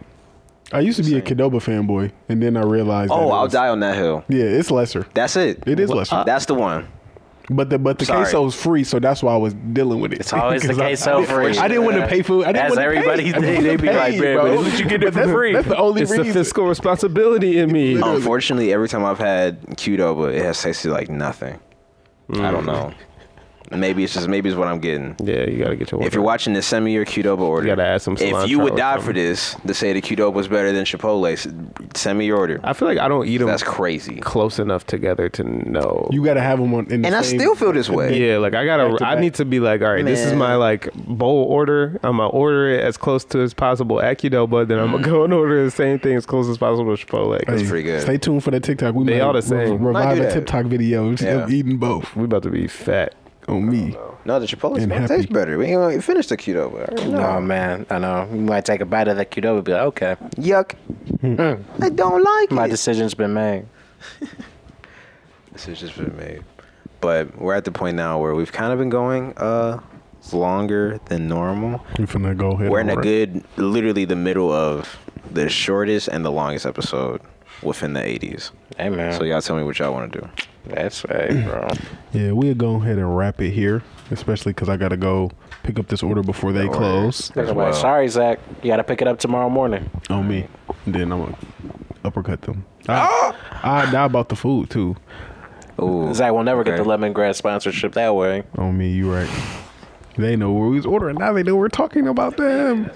S1: I used to be a Kadoba fanboy, and then I realized. that
S2: Oh,
S1: it
S2: I'll
S1: was-
S2: die on that hill.
S1: Yeah, it's lesser.
S2: That's it.
S1: It is lesser.
S2: That's the one.
S1: But the but the
S2: Sorry.
S1: queso's free, so that's why I was dealing with it.
S3: It's always the
S1: 'Cause I-
S3: queso
S1: I, didn't-
S3: free.
S1: I didn't want to pay food. I didn't
S3: As
S1: wanna
S3: everybody-
S1: pay. I didn't
S3: they
S1: wanna
S3: be like,
S1: pay,
S3: "Man,
S1: bro.
S3: but this is what you get it
S1: But
S3: for
S1: that's-
S3: free."
S1: That's the only
S4: It's the
S1: reason.
S4: fiscal responsibility in me.
S1: Literally.
S2: Unfortunately, every time I've had Qdoba, it has tasted like nothing. I
S4: Mm.
S2: don't know. Maybe it's just maybe it's what I'm getting.
S4: Yeah, you gotta get your.
S2: If you're
S4: order.
S2: watching this, send me your Qdoba order.
S4: gotta add some
S2: If you
S4: cilantro
S2: would
S4: or
S2: die
S4: something.
S2: for this, to say the Qdoba was better than Chipotle, s- send me your order.
S4: I feel like I don't eat them.
S2: That's crazy.
S4: close enough together to know.
S1: You gotta have them on. In the
S2: And I
S1: same-
S2: still feel this way.
S4: yeah, like I gotta.
S1: Back to
S4: I
S1: back.
S4: need to be like, all right, this is
S2: Man.
S4: my like bowl order. I'm gonna order it as close to as possible at Qdoba. Then I'm gonna go and order the same thing as close as possible to Chipotle. 'Cause
S1: Hey,
S2: pretty good.
S1: Stay tuned for that TikTok. We
S4: They
S1: might
S4: all the
S1: re-
S4: same.
S2: Might
S1: revive
S2: do
S1: a
S2: that.
S1: TikTok video of
S2: Yeah.
S1: eating both
S4: We about to be fat.
S1: on me.
S2: No, the Chipotle's
S1: And
S2: gonna
S1: happy.
S2: taste better. We ain't gonna finish the Qdoba. I already know.
S3: Oh man, I know. You might take a bite of that Qdoba and be like, okay,
S2: Yuck. Hmm. Mm. I don't like
S3: my
S2: it.
S3: decision's been made.
S2: decision's been made. But we're at the point now where we've kind of been going uh longer than normal.
S1: We finna go ahead.
S2: We're in
S1: and
S2: a
S1: wrap.
S2: good, literally the middle of the shortest and the longest episode within the 80s.
S3: Hey man,
S2: So y'all tell me what y'all want to do.
S3: that's right, bro.
S1: Yeah, we'll go ahead and wrap it here. especially because I got to go pick up this order before they close
S3: Like, well, Sorry, Zach. You got to pick it up tomorrow morning.
S1: on me. And then I'm going to uppercut them. I, I die about the food too.
S2: Ooh.
S3: Zach will never get
S2: Okay.
S3: the lemongrass sponsorship that way.
S1: On me, you right. They know where we was ordering. Now they know we're talking about them.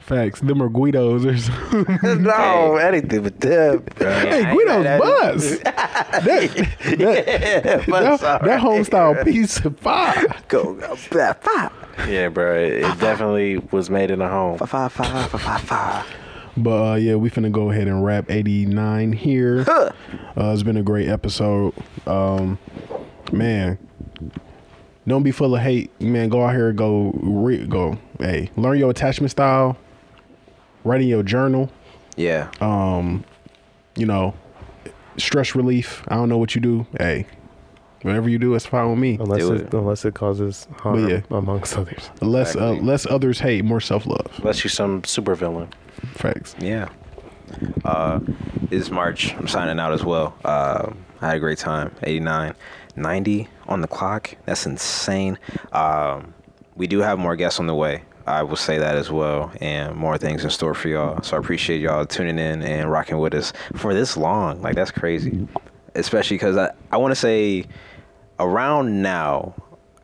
S1: Facts. Them are Guidos or something.
S2: No, anything but them.
S1: hey, Guido's buzz. that, that, that, that homestyle piece of pie.
S2: Go, go, blah, blah,
S3: Yeah, bro. It, it definitely was made in a home.
S2: blah, blah, blah, blah.
S1: But uh, yeah, we finna go ahead and wrap 89 here. Uh, it's been a great episode. Um, man, don't be full of hate. Man, go out here, go, re- go. Hey, learn your attachment style. Write in your journal.
S2: Yeah.
S1: You know, stress relief. I don't know what you do. Hey, whatever you do, it's fine with me.
S6: Unless
S2: Do
S6: it,
S2: it.
S6: unless it causes harm
S1: yeah.
S6: amongst others.
S1: Less, uh,
S2: Exactly.
S1: less others hate, more self love.
S3: Unless you some supervillain.
S1: Facts.
S2: Yeah. Uh, this is March. I'm signing out as well. Uh, I had a great time. 89, 90 on the clock. That's insane. Um, we do have more guests on the way. I will say that as well, and more things in store for y'all. So I appreciate y'all tuning in and rocking with us for this long. Like that's crazy, especially because I I want to say around now,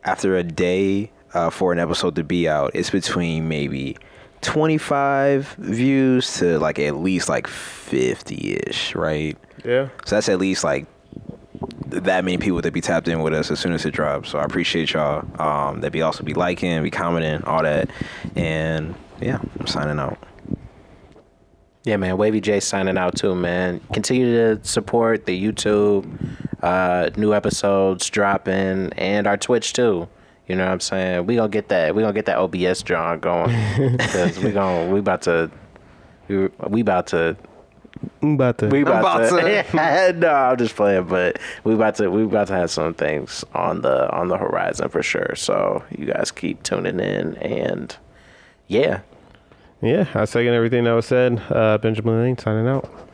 S2: after a day uh, for an episode to be out, it's between maybe 25 views to like at least like 50 ish, right?
S6: Yeah.
S2: So that's at least like th- that many people that be tapped in with us as soon as it drops. So I appreciate y'all. Um, that be also be liking, be commenting, all that. And yeah, I'm signing out.
S3: Yeah, man. Wavy J signing out too, man. Continue to support the YouTube, uh, new episodes dropping, and our Twitch too. You know what I'm saying? We gonna get that. We gonna get that OBS John going. 'Cause we gonna we about to we, we about to
S6: About to.
S3: we about,
S2: about
S3: to. no, I'm just playing, but we about to we about to have some things on the on the horizon for sure. So you guys keep tuning in and yeah,
S6: Yeah, I second everything that was said. Uh, Benjamin Lane signing out.